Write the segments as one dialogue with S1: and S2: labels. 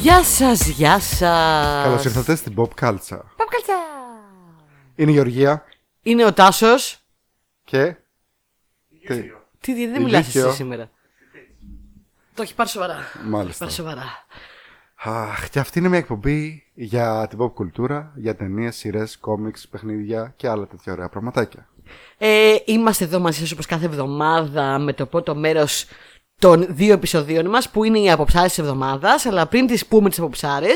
S1: Γεια σας, γεια σας.
S2: Καλώς ήρθατε στην Pop Culture. Είναι η Γεωργία
S1: Είναι ο Τάσος.
S2: και.
S1: Τι δι- δεν
S2: Η
S1: μιλά
S2: Λύκειο.
S1: εσύ σήμερα. Το έχει πάρει σοβαρά.
S2: Μάλιστα.
S1: Πάρει σοβαρά.
S2: Αχ, και αυτή είναι μια εκπομπή για την pop κουλτούρα, για ταινίες, σειρές, κόμιξ, παιχνίδια και άλλα τέτοια ωραία πραγματάκια.
S1: Ε, είμαστε εδώ μαζί σας όπως κάθε εβδομάδα με το πρώτο μέρος των δύο επεισοδίων μας που είναι οι αποψάρες της εβδομάδας. Αλλά πριν τις πούμε τις αποψάρες,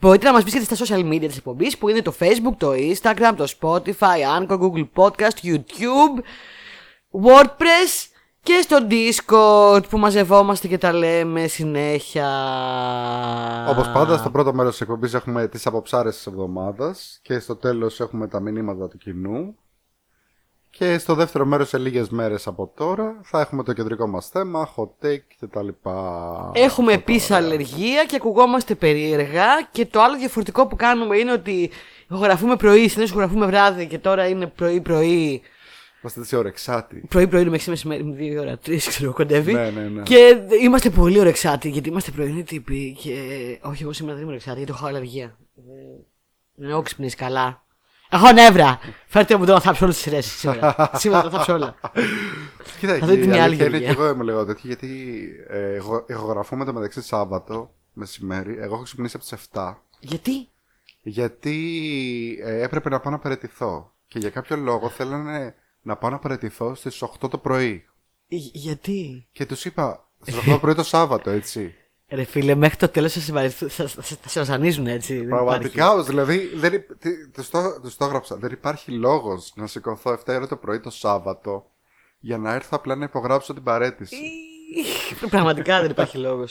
S1: μπορείτε να μας βρίσκετε στα social media της εκπομπής που είναι το Facebook, το Instagram, το Spotify, Anchor, Google Podcast, YouTube, WordPress και στο Discord που μαζευόμαστε και τα λέμε συνέχεια.
S2: Όπως πάντα, στο πρώτο μέρος της εκπομπής έχουμε τις αποψάρες της εβδομάδας και στο τέλος έχουμε τα μηνύματα του κοινού. Και στο δεύτερο μέρος, σε λίγες μέρες από τώρα, θα έχουμε το κεντρικό μας θέμα, hot take κτλ.
S1: Έχουμε επίση αλλεργία και ακουγόμαστε περίεργα. Και το άλλο διαφορετικό που κάνουμε είναι ότι ηχογραφούμε πρωί, συνήθως ηχογραφούμε βράδυ και τώρα είναι πρωί-πρωί.
S2: Είμαστε έτσι ορεξάτοι.
S1: Πρωί-πρωί είναι μέχρι μεσημέρι, με δύο ώρα, τρεις ξέρω, κοντεύει.
S2: Ναι, ναι, ναι.
S1: Και είμαστε πολύ ορεξάτοι γιατί είμαστε πρωινοί τύποι. Και... Όχι, εγώ σήμερα δεν είμαι ορεξάτη γιατί έχω αλλεργία. Δεν έχω ξυπνήσει καλά. Έχω νεύρα! Φέρτε μου τώρα να θάψω όλες τις σειρές σήμερα. σήμερα θα θάψω όλα.
S2: Κοίτα,
S1: Θα δείτε
S2: η
S1: μια άλλη
S2: αλήθεια είναι και
S1: Γεωργία.
S2: εγώ είμαι λίγο τέτοιο, γιατί ε, εγώ ηχογραφούμε το μεταξύ Σάββατο μεσημέρι. Εγώ έχω ξυπνήσει από τις 7,
S1: γιατί?
S2: γιατί ε, έπρεπε να πάω να παραιτηθώ. Και για κάποιο λόγο θέλανε να πάω να παραιτηθώ στι 8 το πρωί.
S1: Γ- Ε, Γιατί?
S2: Και τους είπα, στις 8 το πρωί το Σάββατο, έτσι.
S1: Ρε φίλε, μέχρι το τέλος θα συμβαριστούν- θα- θα- θα σε βασανίζουν έτσι. δεν υπάρχει.
S2: Πραγματικά, όμως, δηλαδή, δεν, υπ- τι- τους, το, τους το έγραψα. Δεν υπάρχει λόγος να σηκωθώ 7 ώρα το πρωί το Σάββατο για να έρθω απλά να υπογράψω την παρέτηση.
S1: Πραγματικά δεν υπάρχει λόγος.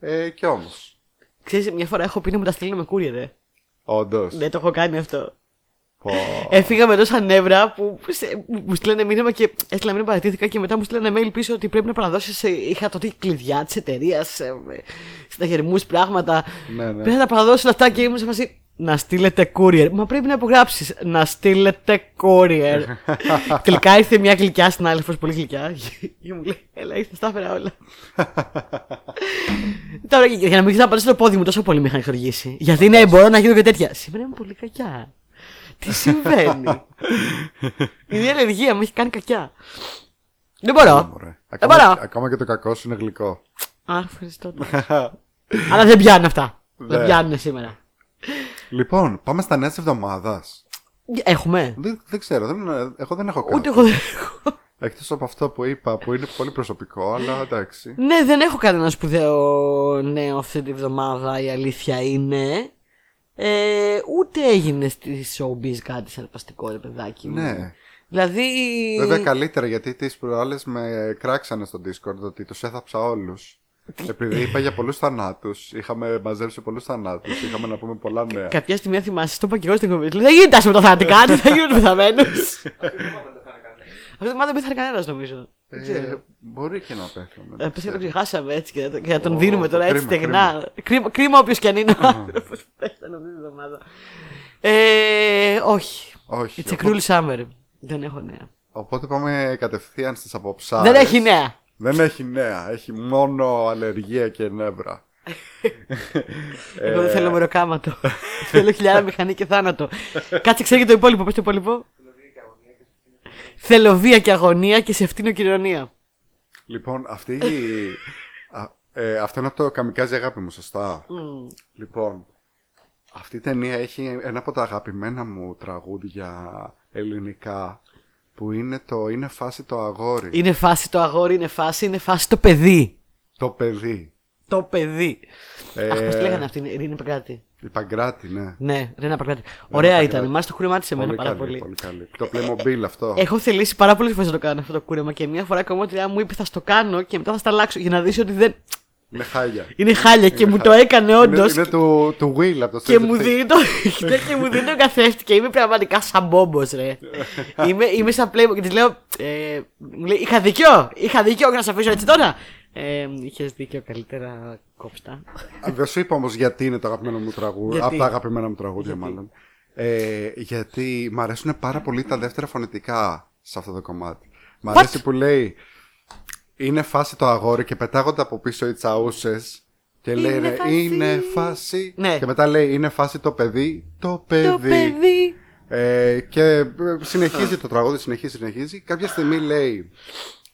S2: Ε, και όμως,
S1: Ξέρεις, μια φορά έχω πει να μου τα στείλουν με courier, ε.
S2: όντως.
S1: Ναι, το έχω κάνει αυτό.
S2: Πω.
S1: Έφυγα με τόσα νεύρα που σε- μου στείλανε μήνυμα και έστειλα μήνυμα παρατήθηκα και μετά μου στείλανε mail πίσω ότι πρέπει να παραδώσεις ε, Είχα τότε κλειδιά ε, τη εταιρεία, συναγερμού πράγματα.
S2: Ναι, ναι.
S1: Πρέπει να τα παραδώσω όλα αυτά και ήμουν σε φάση. Να στείλετε courier. Μα πρέπει να υπογράψει. Να στείλετε courier. Τελικά ήρθε μια γλυκιά συνάδελφος, πολύ γλυκιά. Και μου λέει: Ελά, ήρθε, τα έφερα όλα. Τώρα για για να μην ξαναπατήσω το πόδι μου, τόσο πολύ με είχαν εξοργήσει. Γιατί ναι, μπορώ να γίνω και τέτοια. Σήμερα είμαι πολύ κακιά. Τι συμβαίνει. Η ίδια αλλεργία μου έχει κάνει κακιά. Δεν
S2: Έλα,
S1: μπορώ.
S2: μωρέ.
S1: Δεν
S2: Ακόμα,
S1: μπορώ.
S2: ακόμα και το κακό σου είναι γλυκό.
S1: Α, ευχαριστώ. Αλλά δεν πιάνουν αυτά. Δεν
S2: Ναι.
S1: πιάνουν σήμερα.
S2: λοιπόν, πάμε στα νέα της εβδομάδας. Ναι.
S1: Έχουμε.
S2: Δεν, δεν ξέρω, δεν, εγώ δεν έχω κάτι.
S1: Ούτε εγώ δεν έχω.
S2: Εκτός από αυτό που είπα, που είναι πολύ προσωπικό, αλλά εντάξει.
S1: Ναι, δεν έχω κανένα σπουδαίο νέο αυτή τη βδομάδα, η αλήθεια είναι. Ε, ούτε έγινε στη showbiz κάτι σαρπαστικό, ρε παιδάκι μου.
S2: ναι.
S1: Δηλαδή.
S2: Βέβαια καλύτερα γιατί τις προάλλες με κράξανε στο Discord ότι τους έθαψα όλους. Επειδή είπα για πολλούς θανάτους, είχαμε μαζέψει πολλούς θανάτους, είχαμε να πούμε πολλά νέα. Ε,
S1: Κάποια στιγμή αν θυμάσαι, το είπα και εγώ στην κομμάτια. Δεν γίνεται με τα θανατικά, δεν θα γίνουν πεθαμένου. Αυτό το μάτι δεν πέθανε κανένα, νομίζω. Δεν
S2: Ε,
S1: ξέρω.
S2: μπορεί και να πέθαμε.
S1: Ε,
S2: δεν
S1: Πες και
S2: ξέρω.
S1: το ξεχάσαμε έτσι και να το- και να τον
S2: Ω,
S1: δίνουμε τώρα έτσι
S2: κρίμα,
S1: στεγνά. Κρίμα, κρίμα όποιος και αν είναι ο άνθρωπος που πέθανε αυτή τη βδομάδα. Ε, όχι.
S2: Όχι.
S1: It's a
S2: Οπότε,
S1: cruel summer. Δεν έχω νέα.
S2: οπότε πάμε κατευθείαν στις αποψάρες.
S1: Δεν έχει νέα.
S2: Δεν έχει νέα. Έχει μόνο αλλεργία και νεύρα.
S1: Εγώ
S2: Ε.
S1: δεν θέλω μεροκάματο. θέλω χιλιάρα μηχανή και θάνατο. Κάτσε, ξέρει και το υπόλοιπο. Πες το υπόλοιπο. Θέλω βία και αγωνία και σε φτύνω κοινωνία.
S2: Λοιπόν, αυτή. η- α, ε, αυτό είναι από το καμικάζι αγάπη μου, σωστά. Λοιπόν, αυτή η ταινία έχει ένα από τα αγαπημένα μου τραγούδια ελληνικά που είναι το «Είναι φάση το αγόρι»,
S1: Είναι φάση το αγόρι, είναι φάση, είναι φάση το παιδί.
S2: το παιδί,
S1: Το παιδί.
S2: Ε.
S1: Αχ, πώς τη λέγανε αυτή, Ειρήνη Παγκράτη.
S2: η Παγκράτη, ναι.
S1: Ναι, Ρένα Παγκράτη. Ωραία
S2: Παγκράτη.
S1: ήταν, μάλιστα το κουρεμάτισε εμένα πάρα
S2: καλή,
S1: πολύ.
S2: καλή. Το Playmobil αυτό.
S1: Έχω θελήσει πάρα πολλές φορές να το κάνω αυτό το κούρεμα και μια φορά ακόμα η μου είπε θα στο κάνω και μετά θα στα αλλάξω για να δεις ότι δεν.
S2: Είναι χάλια.
S1: Είναι χάλια και μου το έκανε
S2: Είναι-
S1: όντως.
S2: Είναι, του, του Will από το
S1: Ε, Και
S2: Stranger
S1: μου
S2: Things.
S1: δίνει το, ναι, και μου δίνει το καθρέφτη και είμαι πραγματικά σαν μπόμπος ρε. είμαι, είμαι σαν playboy και της λέω, ε, μου λέει, είχα δίκιο, είχα δίκιο να σε αφήσω έτσι τώρα. Ε, είχες δίκιο καλύτερα κόψτα.
S2: Α, Δεν σου είπα όμως γιατί είναι το αγαπημένο μου τραγούδι.
S1: Γιατί?
S2: Από τα αγαπημένα μου τραγούδια, μάλλον. Ε, γιατί μ' αρέσουν πάρα πολύ τα δεύτερα φωνητικά σε αυτό το κομμάτι. Μ' αρέσει που λέει Είναι φάση το αγόρι και πετάγονται από πίσω οι τσαούσες Και
S1: Είναι
S2: λέει ρε,
S1: φάση.
S2: είναι φάση.
S1: Ναι.
S2: Και μετά λέει είναι φάση το παιδί. Το παιδί.
S1: Το παιδί.
S2: Ε, και ε, συνεχίζει το τραγούδι, συνεχίζει, συνεχίζει. Κάποια στιγμή λέει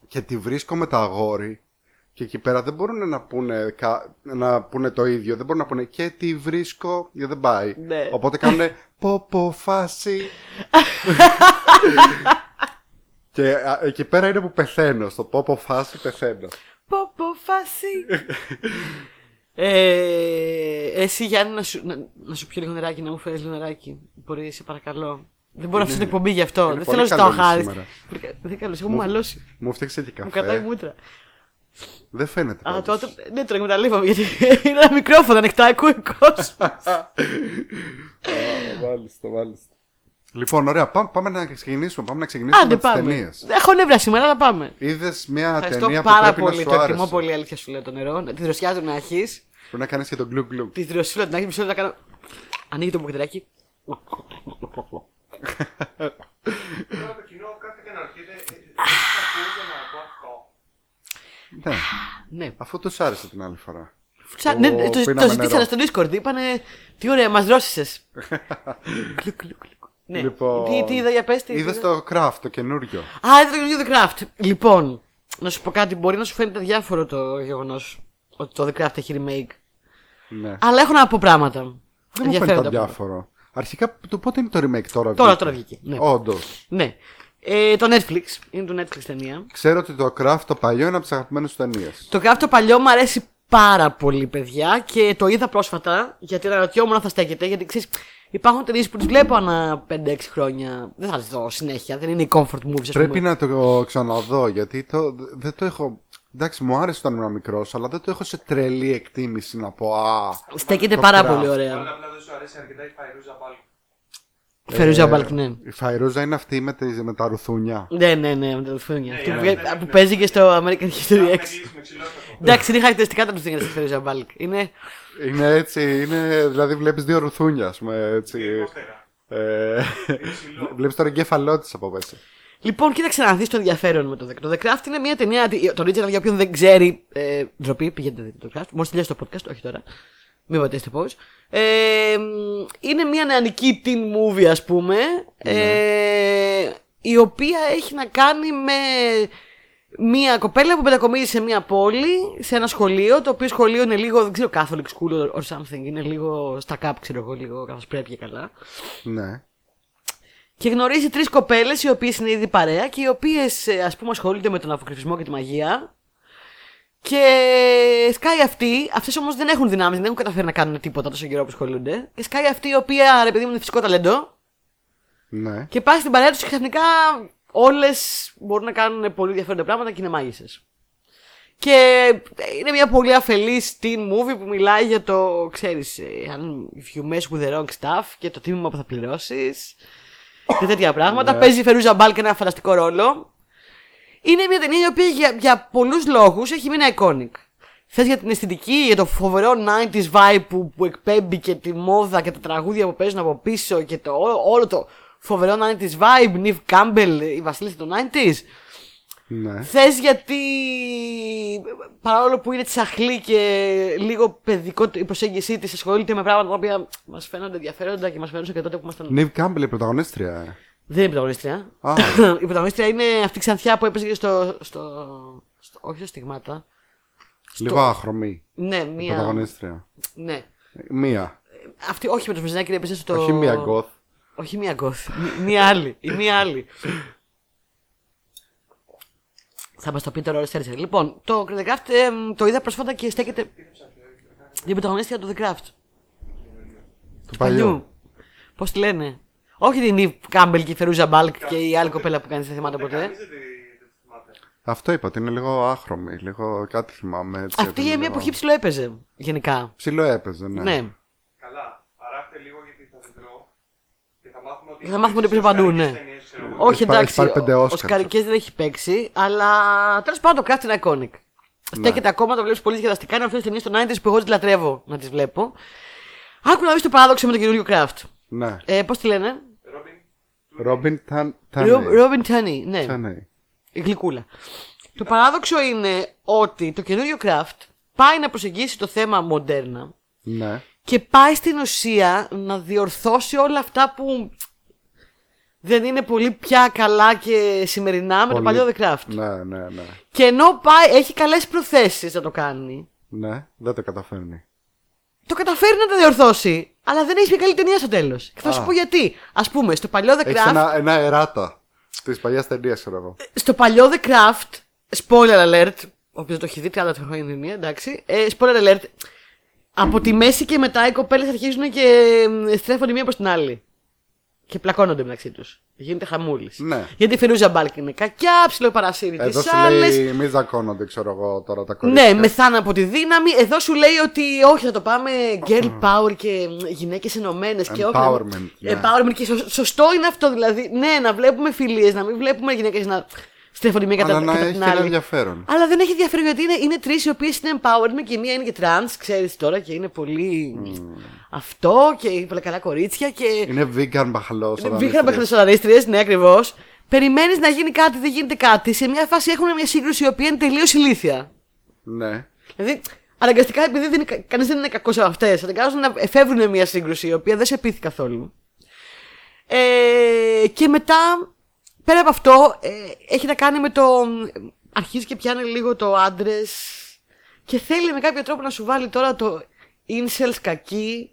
S2: και τη βρίσκω με τα αγόρι. Και εκεί πέρα δεν μπορούν να πούνε, κα- να πούνε το ίδιο. Δεν μπορούν να πούνε και τη βρίσκω. Γιατί δεν πάει.
S1: Ναι.
S2: Οπότε κάνουν ποπο φάση. και α, εκεί πέρα είναι που πεθαίνω. Στο ποπο φάση πεθαίνω.
S1: Πόπο φάση. ε, εσύ Γιάννη να σου, να, να σου πιω λίγο νεράκι, να μου φέρεις λίγο νεράκι. Μπορείς, σε παρακαλώ. Δεν μπορώ να αφήσω την εκπομπή γι' αυτό.
S2: είναι
S1: Δεν
S2: πολύ
S1: θέλω να ζητάω
S2: καλό
S1: χάρη.
S2: σήμερα.
S1: Δεν καλώ, έχω μαλώσει.
S2: Μου φτιάξε και
S1: Μου κατάει
S2: καφέ.
S1: μούτρα.
S2: Δεν φαίνεται.
S1: Α,
S2: πάντως.
S1: το άτομο. Ναι, το εκμεταλλεύομαι γιατί είναι ένα μικρόφωνο ανοιχτά, ακούει ο κόσμος.
S2: Μάλιστα, μάλιστα. Λοιπόν, ωραία, πάμε, πάμε να ξεκινήσουμε. Πάμε να ξεκινήσουμε
S1: Άντε
S2: με τις
S1: πάμε.
S2: ταινίες.
S1: Έχω νεύρα σήμερα, αλλά πάμε.
S2: Είδες μια ταινία
S1: Ευχαριστώ
S2: που
S1: πάρα
S2: πρέπει να
S1: πολύ.
S2: σου
S1: Το εκτιμώ
S2: άρεσε.
S1: πολύ, αλήθεια σου λέω το νερό. Να- Τη δροσιά του να έχεις.
S2: Πρέπει να κάνεις και τον γκλου γκλου.
S1: Τη δροσιά του να έχει. Μισό λεπτό να κάνω. Ανοίγει το μπουκετάκι.
S3: Τώρα το κοινό κάθε και να έρχεται, ε, δεν θα ακούγεται να ακούω αυτό.
S2: ναι,
S1: Ναι.
S2: αφού του άρεσε την άλλη φορά.
S1: Ψα-
S2: Ο-
S1: ναι, το, το
S2: πίναμε
S1: ζητήσανε
S2: νερό.
S1: στο Discord. Είπανε τι ωραία, μας δρόσησες. ναι.
S2: Λοιπόν,
S1: τι, τι είδα για πες, τι
S2: Είδες
S1: είδα.
S2: το craft, το καινούριο.
S1: Α, είδα το καινούργιο The Craft. Λοιπόν, να σου πω κάτι. Μπορεί να σου φαίνεται διάφορο το γεγονός ότι το The Craft έχει remake.
S2: Ναι.
S1: Αλλά έχω να πω πράγματα.
S2: Δεν μου
S1: Ενδιαφέροντα
S2: φαίνεται
S1: πράγματα.
S2: διάφορο. Αρχικά, το πότε είναι το remake τώρα.
S1: Τώρα, τώρα βγήκε. Ναι.
S2: Όντως.
S1: ναι. Ε, το Netflix. Είναι το Netflix ταινία.
S2: Ξέρω ότι το craft το παλιό είναι από τις αγαπημένες τους ταινίες.
S1: Το Craft το παλιό μου αρέσει πάρα πολύ, παιδιά, και το είδα πρόσφατα γιατί αναρωτιόμουν αν θα στέκεται. Γιατί ξέρεις, υπάρχουν ταινίες που τις βλέπω ανά 5-6 χρόνια. Δεν θα τις δω συνέχεια, δεν είναι οι comfort movies, α
S2: Πρέπει να το ξαναδώ γιατί το, δεν το έχω. Εντάξει, μου άρεσε όταν ήμουν μικρός, αλλά δεν το έχω σε τρελή εκτίμηση να πω. Α,
S1: Στέκεται
S2: το
S1: πάρα
S2: Craft.
S1: πολύ
S3: Όταν
S1: ωραία.
S3: ε, απλά δεν σου αρέσει αρκετά η Φαϊρούζα πάλι.
S1: Φερούζα
S2: Ε,
S1: Μπάλκ, ναι.
S2: Η Φαϊρούζα είναι αυτή με, τις- με τα ρουθούνια.
S1: Ναι, ναι, ναι, με τα λουθούνια. Αυτή
S3: ναι,
S1: που,
S3: ναι,
S1: βγα-
S3: ναι,
S1: που
S3: ναι.
S1: παίζει και στο American History X.
S3: Να κλείσεις με ξυλόστρωτο.
S1: Εντάξει, είναι χαρακτηριστικά τα λουθούνια τη Φερούζα Μπάλκ. Είναι.
S2: Είναι έτσι, είναι, δηλαδή βλέπεις δύο ρουθούνια, ας πούμε.
S3: Ε,
S2: Έτσι.
S3: Γενικότερα.
S2: Ε, βλέπει τον εγκέφαλό της από μέσα.
S1: Λοιπόν, κοίταξε να δεις το ενδιαφέρον με το The Craft. Το The Craft είναι μια ταινία. Το original για όποιον δεν ξέρει. Ε, ντροπή, πηγαίνετε να δείτε το The Craft. Μόλις τελειώσει το podcast, όχι τώρα. Μην πατήσετε πώ. Ε, μ, είναι μια νεανική teen movie, ας πούμε. Ε, η οποία έχει να κάνει με μια κοπέλα που μετακομίζει σε μια πόλη, σε ένα σχολείο, το οποίο σχολείο είναι λίγο, δεν ξέρω, Catholic school or something, είναι λίγο στα κάπ, ξέρω εγώ, λίγο καθώς πρέπει και καλά.
S2: Ναι.
S1: Και γνωρίζει τρεις κοπέλες, οι οποίες είναι ήδη παρέα και οι οποίες, ας πούμε, ασχολούνται με τον αποκρυφισμό και τη μαγεία. Και σκάει αυτή, αυτές όμως δεν έχουν δυνάμεις, δεν έχουν καταφέρει να κάνουν τίποτα τόσο καιρό που ασχολούνται. Και σκάει αυτή η οποία, ρε παιδί μου, είναι φυσικό ταλέντο.
S2: Ναι.
S1: Και πάει στην παρέα τους και ξαφνικά όλες μπορούν να κάνουν πολύ ενδιαφέροντα πράγματα και είναι μάγισσες. Και είναι μια πολύ αφελή teen movie που μιλάει για το, ξέρεις, ε, αν if you mess with the wrong stuff και το τίμημα που θα πληρώσεις και τέτοια πράγματα. Παίζει η Φερούζα Μπάλ και ένα φανταστικό ρόλο. Είναι μια ταινία η οποία για, για πολλούς λόγους έχει μείνει iconic. Θες για την αισθητική, για το φοβερό 90s vibe που, που εκπέμπει και τη μόδα και τα τραγούδια που παίζουν από πίσω και το, ό- όλο το φοβερό 90s vibe, Νιβ Κάμπελ, η βασίλισσα των 90s.
S2: ναι.
S1: Θες γιατί παρόλο που είναι τσαχλή και λίγο παιδικό το- η προσέγγιση της ασχολείται με πράγματα τα οποία μας φαίνονται ενδιαφέροντα και μας φαίνονται και τότε που ήμασταν
S2: Νίβ Κάμπελ, η πρωταγωνίστρια. ε.
S1: δεν είναι πρωταγωνίστρια.
S2: Α.
S1: η πρωταγωνίστρια είναι αυτή η ξανθιά που έπαιζε και στο, στο, στο- Όχι στο στιγμάτα.
S2: Λίγο άχρωμη.
S1: Ναι,
S2: Η
S1: μία.
S2: πρωταγωνίστρια.
S1: Ναι.
S2: Μία.
S1: Ε, Αυτή, όχι με το Μεζινάκη, έπαιζε στο.
S2: Όχι μία γκοθ.
S1: Όχι μία γκοθ. Μ- μία άλλη. Η μία άλλη. Θα μας το πει τώρα ο Ριστέρτσερ. Λοιπόν, το The Craft εμ, το είδα πρόσφατα και στέκεται. Η πρωταγωνίστρια του The Craft.
S2: Του παλιού.
S1: Πώς τη λένε. Όχι την Ιβ Κάμπελ και η Φερούζα Μπάλκ και η άλλη κοπέλα που κάνει δεν θυμάται ποτέ.
S3: Κανείς δεν τη- ε, δεν τη θυμάται.
S2: Αυτό είπα, ότι είναι λίγο άχρωμη. Λίγο κάτι θυμάμαι. Έτσι,
S1: Αυτή για μια εποχή ψηλό έπαιζε. Γενικά.
S2: Ψηλό έπαιζε, ναι.
S1: Ναι.
S3: Καλά, αράχτε λίγο γιατί θα την τρώω και θα μάθουμε ότι...
S1: Θα μάθουμε ότι πρέπει παντού, ναι.
S3: Ταινίες, ξέρω εγώ.
S1: Όχι
S2: πάρει-
S1: εντάξει.
S2: πάρει πέντε
S1: Ο
S2: Oscars.
S1: Σκαρικέ δεν έχει παίξει, αλλά τέλος πάντων το craft είναι
S2: Ναι.
S1: iconic. Στέκεται ακόμα, το βλέπεις πολύ διαδραστικά. Είναι αυτές τι ταινίες των 90s που εγώ τις λατρεύω να τις βλέπω. Άκου να δεις το παράδοξο με το καινούριο craft.
S2: Ναι.
S1: Ε, Πώς τη λένε,
S3: Ρόμπιν,
S2: Ρόμπιν Ταν. Τάνεϊ.
S1: Ρόμπιν Τάνι, ναι.
S2: Τάνεϊ.
S1: Η γλυκούλα. Το παράδοξο είναι ότι το καινούριο craft πάει να προσεγγίσει το θέμα μοντέρνα
S2: Ναι.
S1: και πάει στην ουσία να διορθώσει όλα αυτά που δεν είναι πολύ πια καλά και σημερινά με το
S2: Πολύ-
S1: παλιό The Craft.
S2: Ναι, ναι, ναι.
S1: Και ενώ πάει, έχει καλές προθέσεις να το κάνει,
S2: Ναι, δεν το καταφέρνει.
S1: το καταφέρει να τα διορθώσει. Αλλά δεν έχει μια καλή ταινία στο τέλος. Και θα σου
S2: Α.
S1: πω γιατί. Ας πούμε, στο παλιό The Craft.
S2: Έχεις ένα, ένα εράτα της παλιάς ταινίας, ξέρω εγώ.
S1: Στο παλιό The Craft. Spoiler alert. Όποιος το έχει δει, 30 χρόνια είναι η ταινία, εντάξει. Ε, spoiler alert. Από τη μέση και μετά οι κοπέλες αρχίζουν και ε, στρέφονται η μία προς την άλλη. Και πλακώνονται μεταξύ τους. Γίνεται χαμούλης.
S2: Ναι.
S1: Γιατί η Φερούζα Μπάλκ είναι κακιά, ψιλοπαρασύρει τι
S2: Εδώ σου
S1: άλλε.
S2: λέει μη δακώνονται, ξέρω εγώ τώρα τα κορίτσια.
S1: Ε, Ναι, μεθάνε από τη δύναμη. Εδώ σου λέει ότι όχι, θα το πάμε girl power και γυναίκες ενωμένες και όχι.
S2: Empowerment, ναι.
S1: Empowerment και σω- σωστό είναι αυτό. Δηλαδή, ναι, να βλέπουμε φιλίες, να μην βλέπουμε γυναίκες να στρέφονται η μία κατά,
S2: Αλλά να
S1: κατά
S2: έχει
S1: την
S2: και ένα
S1: άλλη.
S2: ενδιαφέρον.
S1: Αλλά δεν έχει ενδιαφέρον γιατί είναι, είναι τρεις οι οποίες είναι empowerment και η μία είναι και trans, ξέρεις τώρα και είναι πολύ. Αυτό και πολύ καλά κορίτσια και.
S2: Είναι vegan μπαχαλός.
S1: Βήχαμε χρυσοδανίστριε, ναι, ακριβώς. Περιμένεις να γίνει κάτι, δεν γίνεται κάτι. Σε μια φάση έχουν μια σύγκρουση η οποία είναι τελείως ηλίθια.
S2: Ναι.
S1: Δηλαδή, αναγκαστικά επειδή δεν είναι, κανείς δεν είναι κακός από αυτές, αναγκάζονται να εφεύρουν μια σύγκρουση η οποία δεν σε πείθει καθόλου. Ε, και μετά, πέρα από αυτό, ε, έχει να κάνει με το... Αρχίζει και πιάνει λίγο το άντρες και θέλει με κάποιο τρόπο να σου βάλει τώρα το incels κακή,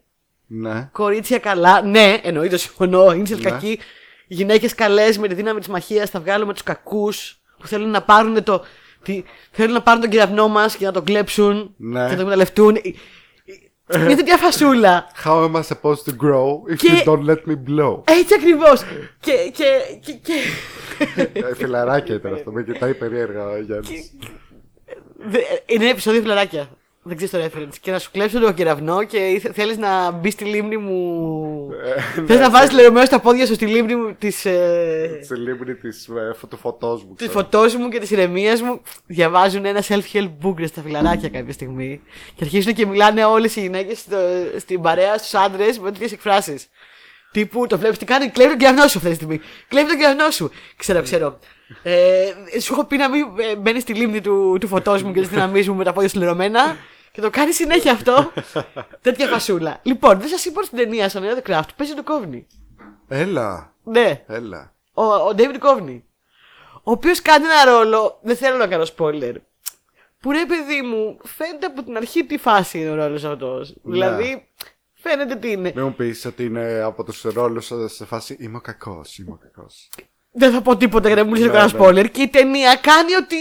S2: Ναι.
S1: κορίτσια καλά. Ναι, εννοείται, συμφωνώ, incels
S2: Ναι.
S1: κακοί, γυναίκες καλές με τη δύναμη της μαχίας, θα βγάλουμε τους κακούς που θέλουν να πάρουν το... τη- Θέλουν να πάρουν τον κυραυνό μας και να τον κλέψουν
S2: Ναι.
S1: και να τον εκμεταλλευτούν. Ε, ε, Μια τέτοια φασούλα.
S2: How am I supposed to grow if
S1: Και-
S2: you don't let me blow?
S1: Έτσι ακριβώς. Και, και, και, και...
S2: Ε, Φιλαράκια ήταν αυτό, με κοιτάει περίεργα ο Γιάννης.
S1: Δε- Είναι επεισόδιο φιλαράκια. Δεν ξέρεις το reference. Και να σου κλέψουν τον κυραυνό και θέλεις να μπεις στη λίμνη μου. Θε να βάζεις λερωμένο στα πόδια σου στη λίμνη μου ε, τη.
S2: Στη λίμνη της, ε, φω- του φωτός μου.
S1: Της
S2: ξέρω.
S1: φωτός μου και της ηρεμίας μου διαβάζουν ένα self-help book ρε, στα φιλαράκια κάποια στιγμή. Και αρχίζουν και μιλάνε όλες οι γυναίκες στην παρέα, στους άντρες με τέτοιες εκφράσεις. Τύπου το βλέπεις τι κάνει, κλέβει τον κεραυνό σου αυτή τη στιγμή. Κλέβει τον κεραυνό σου. Ξέρω, ξέρω. Ε, σου έχω πει να μην ε, μπαίνεις στη λίμνη του, του φωτός μου και τη δύναμή μου με τα πόδια σλερωμένα. Και το κάνει συνέχεια αυτό. Τέτοια φασούλα. Λοιπόν, δεν σας είπα στην ταινία, στον Νέο The Craft, παίζει το κόβνη.
S2: Έλα,
S1: Ναι
S2: έλα.
S1: ο, ο David Κόβνη. Ο οποίος κάνει ένα ρόλο. Δεν θέλω να κάνω spoiler. Που ρε παιδί μου, φαίνεται από την αρχή τι φάση είναι ο ρόλος αυτός.
S2: Ναι.
S1: Δηλαδή, φαίνεται τι είναι.
S2: Μην μου πεις ότι είναι από τους ρόλους σας σε φάση είμαι ο κακός, είμαι ο κακός.
S1: Δεν θα πω τίποτα γιατί να μην λύσω
S2: Ναι,
S1: κανένα
S2: ναι.
S1: spoiler. Και η ταινία κάνει ότι.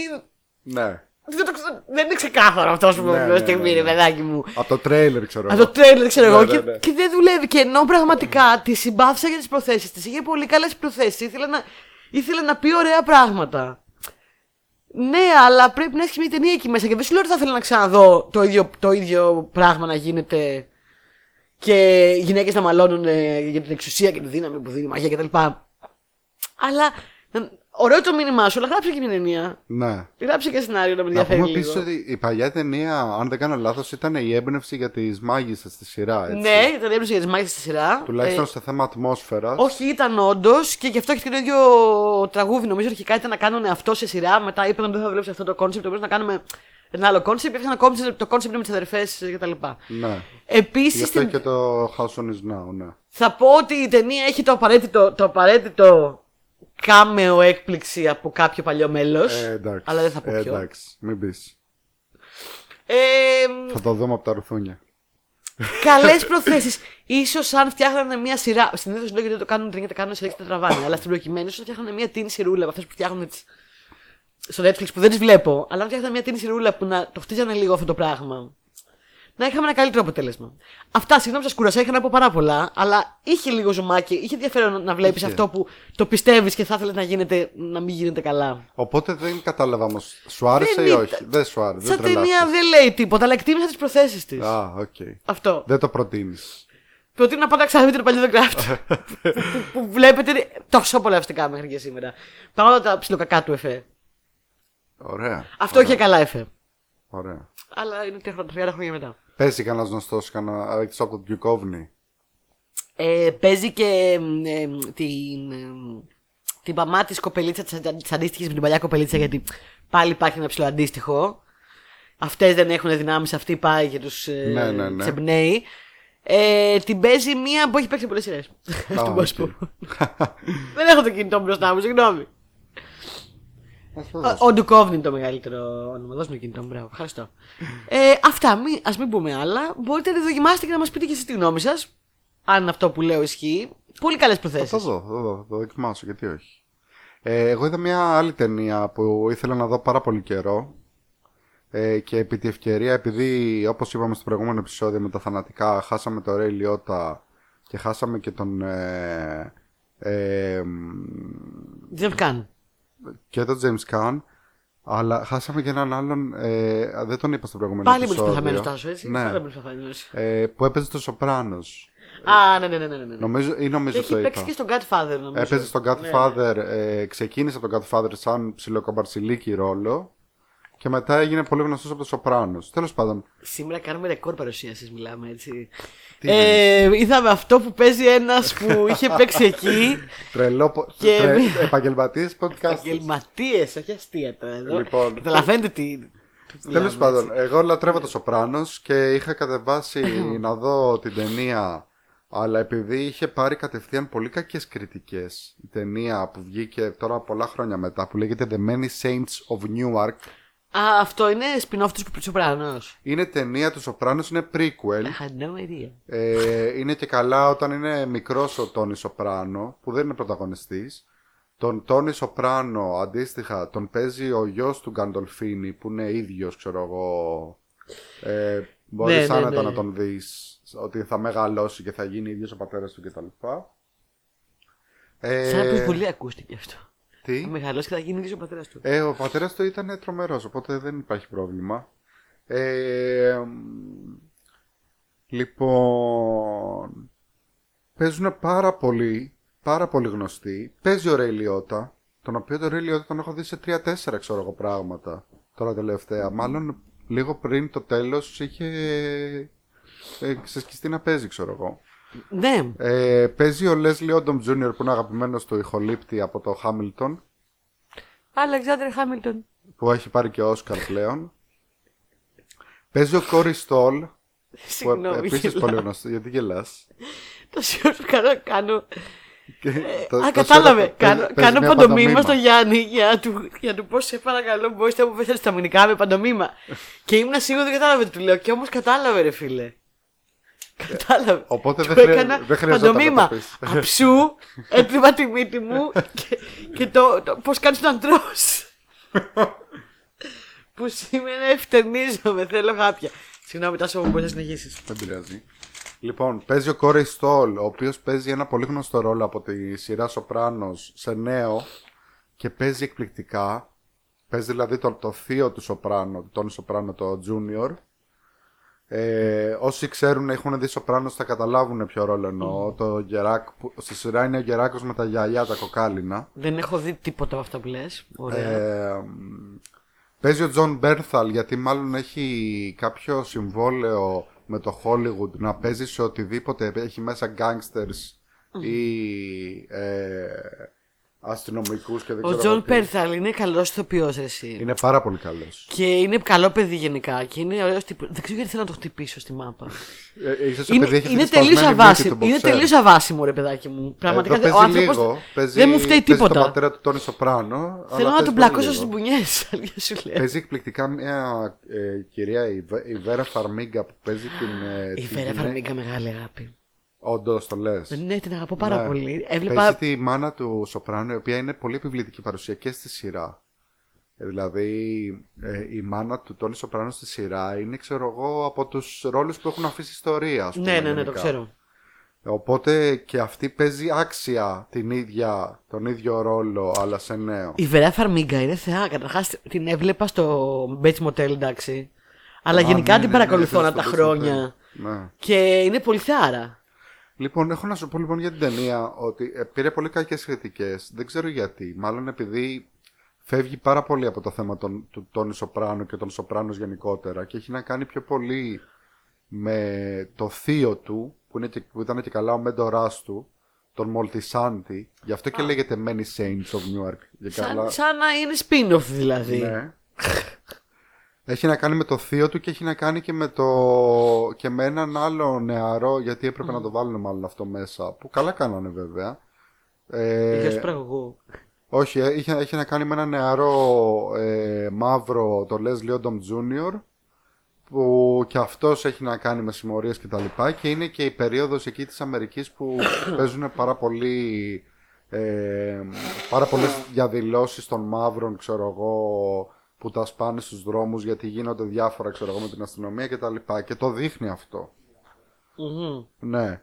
S2: Ναι.
S1: Δεν, το ξε- δεν είναι ξεκάθαρο αυτός που
S2: Ναι,
S1: μου
S2: ναι, ναι,
S1: πει στιγμή,
S2: ναι.
S1: ρε παιδάκι μου.
S2: Από το τρέιλερ ξέρω
S1: Από το
S2: εγώ.
S1: τρέλερ, ξέρω
S2: Ναι,
S1: εγώ.
S2: ναι,
S1: και-
S2: ναι.
S1: Και, δεν δουλεύει. Και ενώ πραγματικά τη συμπάθησα για τις προθέσεις της. Είχε πολύ καλές προθέσεις. Ήθελε να, ήθελε να πει ωραία πράγματα. Ναι, αλλά πρέπει να έχεις μια ταινία εκεί μέσα. Και δεν σου λέω ότι θα ήθελα να ξαναδώ το ίδιο, το ίδιο πράγμα να γίνεται. Και γυναίκες να μαλώνουν ε, για την εξουσία και τη δύναμη που δίνει η μαγεία κτλ. Αλλά. ε, Ωραίο το μήνυμά σου, αλλά γράψε και μια ταινία.
S2: Ναι.
S1: Γράψε και σενάριο να με
S2: Να
S1: ενδιαφέρει
S2: πούμε
S1: λίγο.
S2: επίση ότι η παλιά ταινία, αν δεν κάνω λάθος, ήταν η έμπνευση για τις μάγισσες στη σειρά. Έτσι.
S1: Ναι, ήταν έμπνευση για τις μάχε στη σειρά. Ε,
S2: Τουλάχιστον σε θέμα ατμόσφαιρας.
S1: Όχι, ήταν όντως και γι' αυτό έχει και το ίδιο τραγούδι. Νομίζω αρχικά ήταν να κάνουν αυτό σε σειρά. Μετά είπαν ότι δεν θα δουλέψει αυτό το κόνσεπτ. Οπότε να κάνουμε ένα άλλο κόνσεπτ. Έφτιαξαν ένα concept, το κόνσεπτ με τις αδερφές κτλ.
S2: Ναι. Γι'
S1: Επίση,
S2: αυτό και το House on is Now, ναι.
S1: θα πω ότι η ταινία έχει το απαραίτητο, το απαραίτητο κάμεο έκπληξη από κάποιο παλιό μέλος.
S2: Ε, εντάξει.
S1: αλλά δεν θα πω
S2: Ε,
S1: ποιο. Ε,
S2: εντάξει, μην πεις. Θα το δούμε από τα ρουθούνια.
S1: Καλές προθέσεις. σω αν φτιάχνανε μια σειρά. Συνήθως λέω γιατί δεν το κάνουν τρίγκα, τα κάνουν σε ρίξτε τραβάνε. Αλλά στην προκειμένη, ίσως φτιάχνανε μια τίνη σειρούλα από αυτές που φτιάχνουν τις... στο Netflix που δεν τις βλέπω. Αλλά αν φτιάχνανε μια τίνη σειρούλα που να το χτίζανε λίγο αυτό το πράγμα. Να είχαμε ένα καλύτερο αποτέλεσμα. Αυτά, συγγνώμη, σας κούρασα, είχα να πω πάρα πολλά, αλλά είχε λίγο ζουμάκι, είχε ενδιαφέρον να βλέπεις
S2: Είχε.
S1: αυτό που το πιστεύεις και θα ήθελες να γίνεται, να μην γίνεται καλά.
S2: Οπότε δεν κατάλαβα όμως. Σου άρεσε ή
S1: ήταν-
S2: όχι. Δεν σου άρεσε.
S1: Σαν
S2: δεν
S1: ταινία
S2: τρελάθηκες.
S1: δεν λέει τίποτα, αλλά εκτίμησα τις προθέσεις της.
S2: Α, οκ.
S1: Αυτό.
S2: Δεν το προτείνεις.
S1: Προτείνω να πάτε να ξαναδείτε το παλιό The Craft. που, που- που βλέπετε είναι τόσο απολαυστικά μέχρι και σήμερα. Παρόλα τα ψιλοκακά του εφέ.
S2: Ωραία.
S1: Αυτό είχε καλά εφέ.
S2: Ωραία.
S1: Αλλά είναι 30 χρόνια μετά.
S2: Πέσει κανένα γνωστό, κανένα έξω από τον Τιουκόβνη.
S1: Ε, παίζει και μ, ε, μ, την, ε, μ, την μαμά της κοπελίτσα της αντίστοιχης με την παλιά κοπελίτσα, γιατί πάλι υπάρχει ένα ψηλό αντίστοιχο. Αυτές δεν έχουν δυνάμει, αυτή πάει και του
S2: Ναι, ναι, ναι.
S1: ξεμπνέει. Ε, την παίζει μία που έχει παίξει πολλές σειρές. Αυτό μπορώ να σου πω. Δεν έχω το κινητό μου μπροστά μου, συγγνώμη. Ο- Ο Ντουκόβνη είναι το μεγαλύτερο όνομα. Δώσ' μου το κινητό μου, μπράβο. Ευχαριστώ. Ε, αυτά, μη, ας μην πούμε άλλα. Μπορείτε να δοκιμάσετε και να μας πείτε και εσείς τη γνώμη σας. Αν αυτό που λέω ισχύει. Πολύ καλές
S2: Θα
S1: προθέσεις.
S2: δω, θα δω, θα το δοκιμάσω, γιατί όχι. Ε, εγώ είδα μια άλλη ταινία που ήθελα να δω πάρα πολύ καιρό. Ε, και επί τη ευκαιρία, επειδή όπως είπαμε στο προηγούμενο επεισόδιο με τα θανατικά, χάσαμε το Ray Liotta και χάσαμε και τον. Ε, ε,
S1: Δεν κάνω.
S2: και τον James Caan. Αλλά χάσαμε και έναν άλλον. Ε, δεν τον είπα στο προηγούμενο
S1: Πάλι με τους
S2: επεισόδιο.
S1: πεθαμένους τάσο, έτσι.
S2: Ναι.
S1: Πάντα με τους πεθαμένους.
S2: Ε, που έπαιζε το Σοπράνος.
S1: Α, ναι, ναι, ναι. ναι, ναι.
S2: Νομίζω, ή νομίζω
S1: Έχει
S2: το
S1: παίξει
S2: είπα.
S1: και στον Godfather, νομίζω.
S2: Έπαιζε στον Godfather, ε, ξεκίνησε τον Godfather σαν ψιλοκομπαρσιλίκι ρόλο και μετά έγινε πολύ γνωστός από το Σοπράνος. Τέλος πάντων,
S1: Σήμερα κάνουμε ρεκόρ παρουσίασης, μιλάμε έτσι.
S2: Τι
S1: Ε, είδαμε αυτό που παίζει ένας που είχε παίξει εκεί.
S2: τρελό, πο-
S1: Και
S2: τρε,
S1: μη-
S2: επαγγελματίες podcast.
S1: Επαγγελματίες, όχι αστεία τώρα εδώ.
S2: Λοιπόν.
S1: Καταλαβαίνετε τι.
S2: Τέλο πάντων, εγώ λατρεύω το Σοπράνο και είχα κατεβάσει να δω την ταινία. Αλλά επειδή είχε πάρει κατευθείαν πολύ κακές κριτικές η ταινία που βγήκε τώρα πολλά χρόνια μετά που λέγεται The Many Saints of Newark.
S1: Α, αυτό είναι spin-off του Σοπράνος.
S2: Είναι ταινία του Σοπράνος, είναι prequel.
S1: I had no idea.
S2: Ε, είναι και καλά όταν είναι μικρός ο Τόνι Σοπράνο, που δεν είναι πρωταγωνιστής. Τον Τόνι Σοπράνο, αντίστοιχα, τον παίζει ο γιος του Γκαντολφίνη, που είναι ίδιος, ξέρω εγώ. Ε,
S1: Ναι,
S2: μπορείς
S1: ναι,
S2: άνετα
S1: ναι.
S2: να τον δεις, ότι θα μεγαλώσει και θα γίνει ίδιος ο πατέρας του κτλ. Ε,
S1: Σαν να πεις πολύ ακούστηκε αυτό.
S2: τι?
S1: Θα μεγαλώσει και θα γίνει ίδιος ο πατέρας του.
S2: Ε, ο πατέρας του ήταν τρομερός, οπότε δεν υπάρχει πρόβλημα. Ε, λοιπόν, παίζουν πάρα πολύ, πάρα πολύ γνωστοί. Παίζει ο Ρέι Λιώτα, τον οποίο τον Ρέι Λιώτα τον έχω δει σε 3-4 ξέρω εγώ πράγματα τώρα τελευταία. Μάλλον λίγο πριν το τέλος είχε ε, ξεσκιστεί να παίζει ξέρω εγώ.
S1: Ναι.
S2: Ε, παίζει ο Leslie Odom Jr. που είναι αγαπημένος του ηχολήπτη από το Hamilton
S1: Αλεξάνδρ Χάμιλτον.
S2: που έχει πάρει και Όσκαρ πλέον. Παίζει ο Κόρι Στόλ, που
S1: Συγγνώμη.
S2: επίσης
S1: γελάω.
S2: πολύ γνωστό. Γιατί γελάς.
S1: Το σιωρ που κάνω. κάνω... Ε, Α, κατάλαβε. Κάνω, κάνω παντομήμα στο Γιάννη για να του, για να του πω σε παρακαλώ, μπορείτε να μου πέσετε τα μηνικά με παντομήμα. και ήμουν σίγουρο δεν κατάλαβε τι του λέω. Και όμως κατάλαβε, ρε φίλε. Κατάλαβε.
S2: οπότε
S1: Του
S2: δεν χρεια-
S1: έκανα
S2: δεν χρειαζόταν να το
S1: παντομήμα.
S2: πεις.
S1: Αψού, έτριβα τη μύτη μου και, και το, το πώς κάνεις τον αντρός. που σήμερα ευτερνίζομαι, θέλω χάπια. Συγγνώμη, τάσο μου μπορείς να συνεχίσεις.
S2: Δεν πειράζει. Λοιπόν, παίζει ο Κόρι Στόλ, ο οποίος παίζει ένα πολύ γνωστό ρόλο από τη σειρά Σοπράνο σε νέο και παίζει εκπληκτικά. Παίζει δηλαδή τον το θείο του Σοπράνο, τον Σοπράνο, το Junior. Ε, όσοι ξέρουν, έχουν δει Σοπράνο, θα καταλάβουν ποιο ρόλο εννοώ. Το Γεράκ, που, στη σειρά είναι ο Γεράκος με τα γυαλιά, τα κοκάλινα.
S1: Δεν έχω δει τίποτα από αυτά που λες. Ωραία.
S2: Ε, παίζει ο Τζον Μπέρθαλ γιατί μάλλον έχει κάποιο συμβόλαιο με το Hollywood να παίζει σε οτιδήποτε έχει μέσα gangsters ή ε, αστυνομικούς και δεν
S1: Ο
S2: ξέρω εγώ
S1: Τζον
S2: τι.
S1: Πέρθαλ είναι καλός ηθοποιό, εσύ.
S2: Είναι πάρα πολύ καλός.
S1: Και είναι καλό παιδί γενικά. Και είναι ωραίος τύπος. Δεν ξέρω γιατί θέλω να το χτυπήσω στη μάπα.
S2: Ε, ε, ίσως
S1: είναι
S2: επειδή έχει
S1: είναι
S2: τη σπασμένη
S1: τελείω
S2: μύτη
S1: αβάσιμο.
S2: του
S1: Είναι
S2: boxer.
S1: τελείως αβάσιμο, ρε παιδάκι μου. Πραγματικά
S2: Εδώ
S1: ο
S2: παίζει
S1: άνθρωπος
S2: λίγο. Παίζει,
S1: δεν μου φταίει
S2: παίζει τον
S1: τίποτα.
S2: πατέρα του Τόνι Σοπράνο. αλλά
S1: Θέλω να
S2: παίζει
S1: τον
S2: πολύ
S1: πλακώσω Ε.
S2: λίγο.
S1: στις μπουνιές. Αλήθεια σου λέω.
S2: Παίζει εκπληκτικά μια ε, κυρία, η Βε- η Βέρα Φαρμίγκα που παίζει την. ε,
S1: Η
S2: την
S1: Φέρα
S2: γυναίκα-
S1: Φαρμίγκα μεγάλη αγάπη.
S2: Όντως το λες.
S1: Ναι, την αγαπώ πάρα
S2: Ναι.
S1: πολύ.
S2: Παίζει
S1: Έβλεπα.
S2: τη μάνα του Σοπράνο, η οποία είναι πολύ επιβλητική παρουσία και στη σειρά. Ε, Δηλαδή, ε, η μάνα του Τόνι Σοπράνο στη σειρά είναι, ξέρω εγώ, από τους ρόλους που έχουν αφήσει ιστορία, ας πούμε.
S1: Ναι, ναι, ναι, το
S2: γενικά.
S1: ξέρω.
S2: Οπότε και αυτή παίζει άξια την ίδια, τον ίδιο ρόλο, αλλά σε νέο.
S1: Η Βερά Φαρμίγκα είναι θεά. Καταρχάς την έβλεπα στο Bates Motel, εντάξει. Αλλά γενικά
S2: ναι,
S1: την
S2: ναι, ναι,
S1: παρακολουθώ
S2: ναι,
S1: όλα τα
S2: στο Bates
S1: χρόνια.
S2: Motel. Ναι.
S1: Και είναι πολύ θεάρα.
S2: Λοιπόν, έχω να σου πω λοιπόν για την ταινία ότι ε, πήρε πολύ κακές κριτικές. Δεν ξέρω γιατί. Μάλλον επειδή φεύγει πάρα πολύ από το θέμα των, του Τόνι Σοπράνο και των Σοπράνο γενικότερα και έχει να κάνει πιο πολύ με το θείο του που, είναι και, που ήταν και καλά ο μέντοράς του, τον Μολτισάντη. Γι' αυτό και λέγεται Many Saints of Newark. Για
S1: Σαν,
S2: καλά.
S1: Δηλαδή, σαν να είναι spin-off δηλαδή.
S2: Ναι. Έχει να κάνει με το θείο του και έχει να κάνει και με, το... και με έναν άλλο νεαρό, γιατί έπρεπε να το βάλουν μάλλον αυτό μέσα, που καλά κάνανε βέβαια. Ε,
S1: Για σου πραγωγού.
S2: όχι, ε, είχε, είχε να κάνει με έναν νεαρό ε, μαύρο, το Leslie Odom Jr., που και αυτός έχει να κάνει με συμμορίες και τα λοιπά και είναι και η περίοδος εκεί της Αμερικής που παίζουν πάρα πολύ ε, πάρα πολλές διαδηλώσεις των μαύρων ξέρω εγώ που τα σπάνε στους δρόμους γιατί γίνονται διάφορα ξέρω εγώ με την αστυνομία και τα λοιπά και το δείχνει αυτό
S1: Μμμ.
S2: ναι